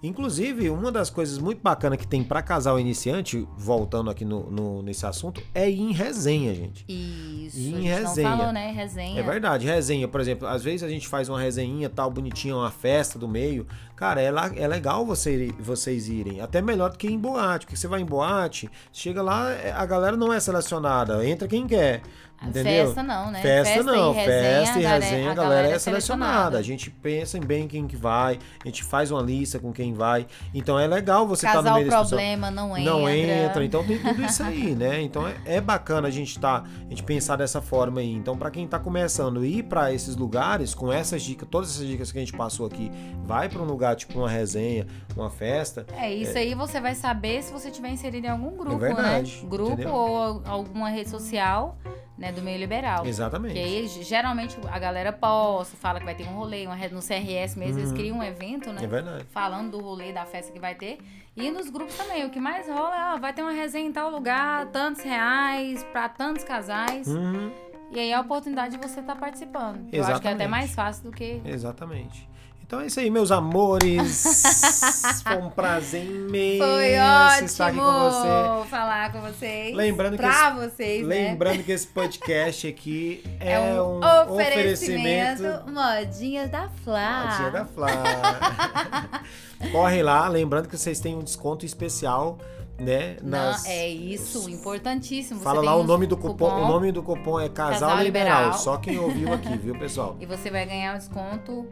Inclusive, uma das coisas muito bacanas que tem pra casal iniciante, voltando aqui no, no- nesse assunto, é ir em resenha, gente. Isso. E a em gente resenha. não falou, né? Resenha. É verdade, resenha, por exemplo, às vezes a gente faz uma resenhinha tal, bonitinha, uma festa do meio. Cara, é, la- é legal você, vocês irem. Até melhor do que em boate, porque você vai em boate, chega lá, é, a galera não é selecionada, entra quem quer. Entendeu? Ah, Festa não, né? Festa, não, e resenha, festa e a gare- resenha, a galera é selecionada. A gente pensa em bem quem que vai, a gente faz uma lista com quem vai. Então é legal você estar tá no Casal meio desse pessoal. problema não entra. Não entra, então tem tudo isso aí, né? Então é, é bacana a gente tá, a gente pensar dessa forma aí. Então pra quem tá começando ir pra esses lugares com essas dicas, todas essas dicas que a gente passou aqui, vai pra um lugar tipo uma resenha, uma festa, É, isso aí você vai saber se você tiver inserido em algum grupo, É verdade, né? Grupo entendeu? ou al- alguma rede social, né, do meio liberal. Porque exatamente. aí, g- geralmente, a galera posta, fala que vai ter um rolê, uma re- no CRS mesmo, eles criam um evento, né? Uhum. É verdade. Falando do rolê, da festa que vai ter. E nos grupos também. O que mais rola é, ó, vai ter uma resenha em tal lugar, tantos reais, pra tantos casais. Uhum. E aí é a oportunidade de você estar participando. Eu acho que é até Exatamente. mais fácil do que Exatamente. Então é isso aí, meus amores. Foi um prazer imenso Foi ótimo estar aqui com você. falar com vocês. Lembrando que pra vocês, né? Lembrando que esse podcast aqui é, um, oferecimento, oferecimento modinhas da Flá. da Tia É da Flá. Corre lá, lembrando que vocês têm um desconto especial, né? Nas... Não, é isso, importantíssimo. Você Fala tem lá o uns nome do cupom. O nome do cupom é Casal, Casal Liberal. Liberal. Só quem ouviu aqui, viu, pessoal? E você vai ganhar um desconto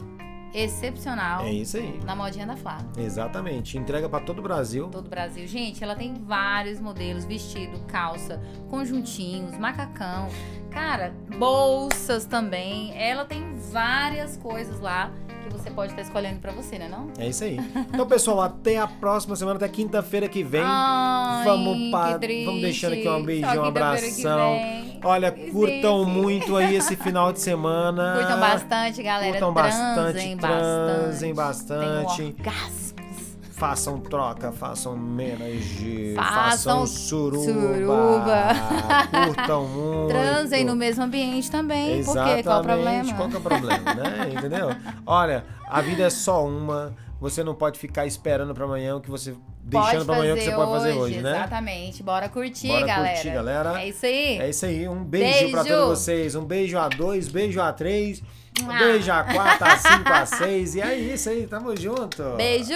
excepcional É isso aí. na modinha da Flá. Exatamente. Entrega pra todo o Brasil. Todo o Brasil. Gente, ela tem vários modelos: vestido, calça, conjuntinhos, macacão, cara, bolsas também. Ela tem várias coisas lá que você pode estar escolhendo pra você, né? Não? É isso aí. Então, pessoal, até a próxima semana, até quinta-feira que vem. Ah, Ai, Vamos pa- que triste. vamos deixando aqui um beijo, Só um quinta-feira que abração. vem. Olha, curtam Sim, sim. muito aí esse final de semana. Curtam bastante, galera. Curtam bastante, transem bastante. um transem bastante. Tenham orgasmos. Façam troca, façam menage, Façam façam suruba. suruba. Curtam muito. Transem no mesmo ambiente também. Porque Exatamente. qual o problema? Qual que é o problema, né? Entendeu? Olha, a vida é só uma. Você não pode ficar esperando pra amanhã o que você deixando pra amanhã o que você pode fazer hoje, né? Exatamente. Bora curtir, Bora galera. curtir, galera. É isso aí. É isso aí, um beijo, pra Beijo. todos vocês. Um beijo a dois, beijo a três, um Ah. beijo a quatro, a cinco, a seis. E é isso aí, tamo junto. Beijo!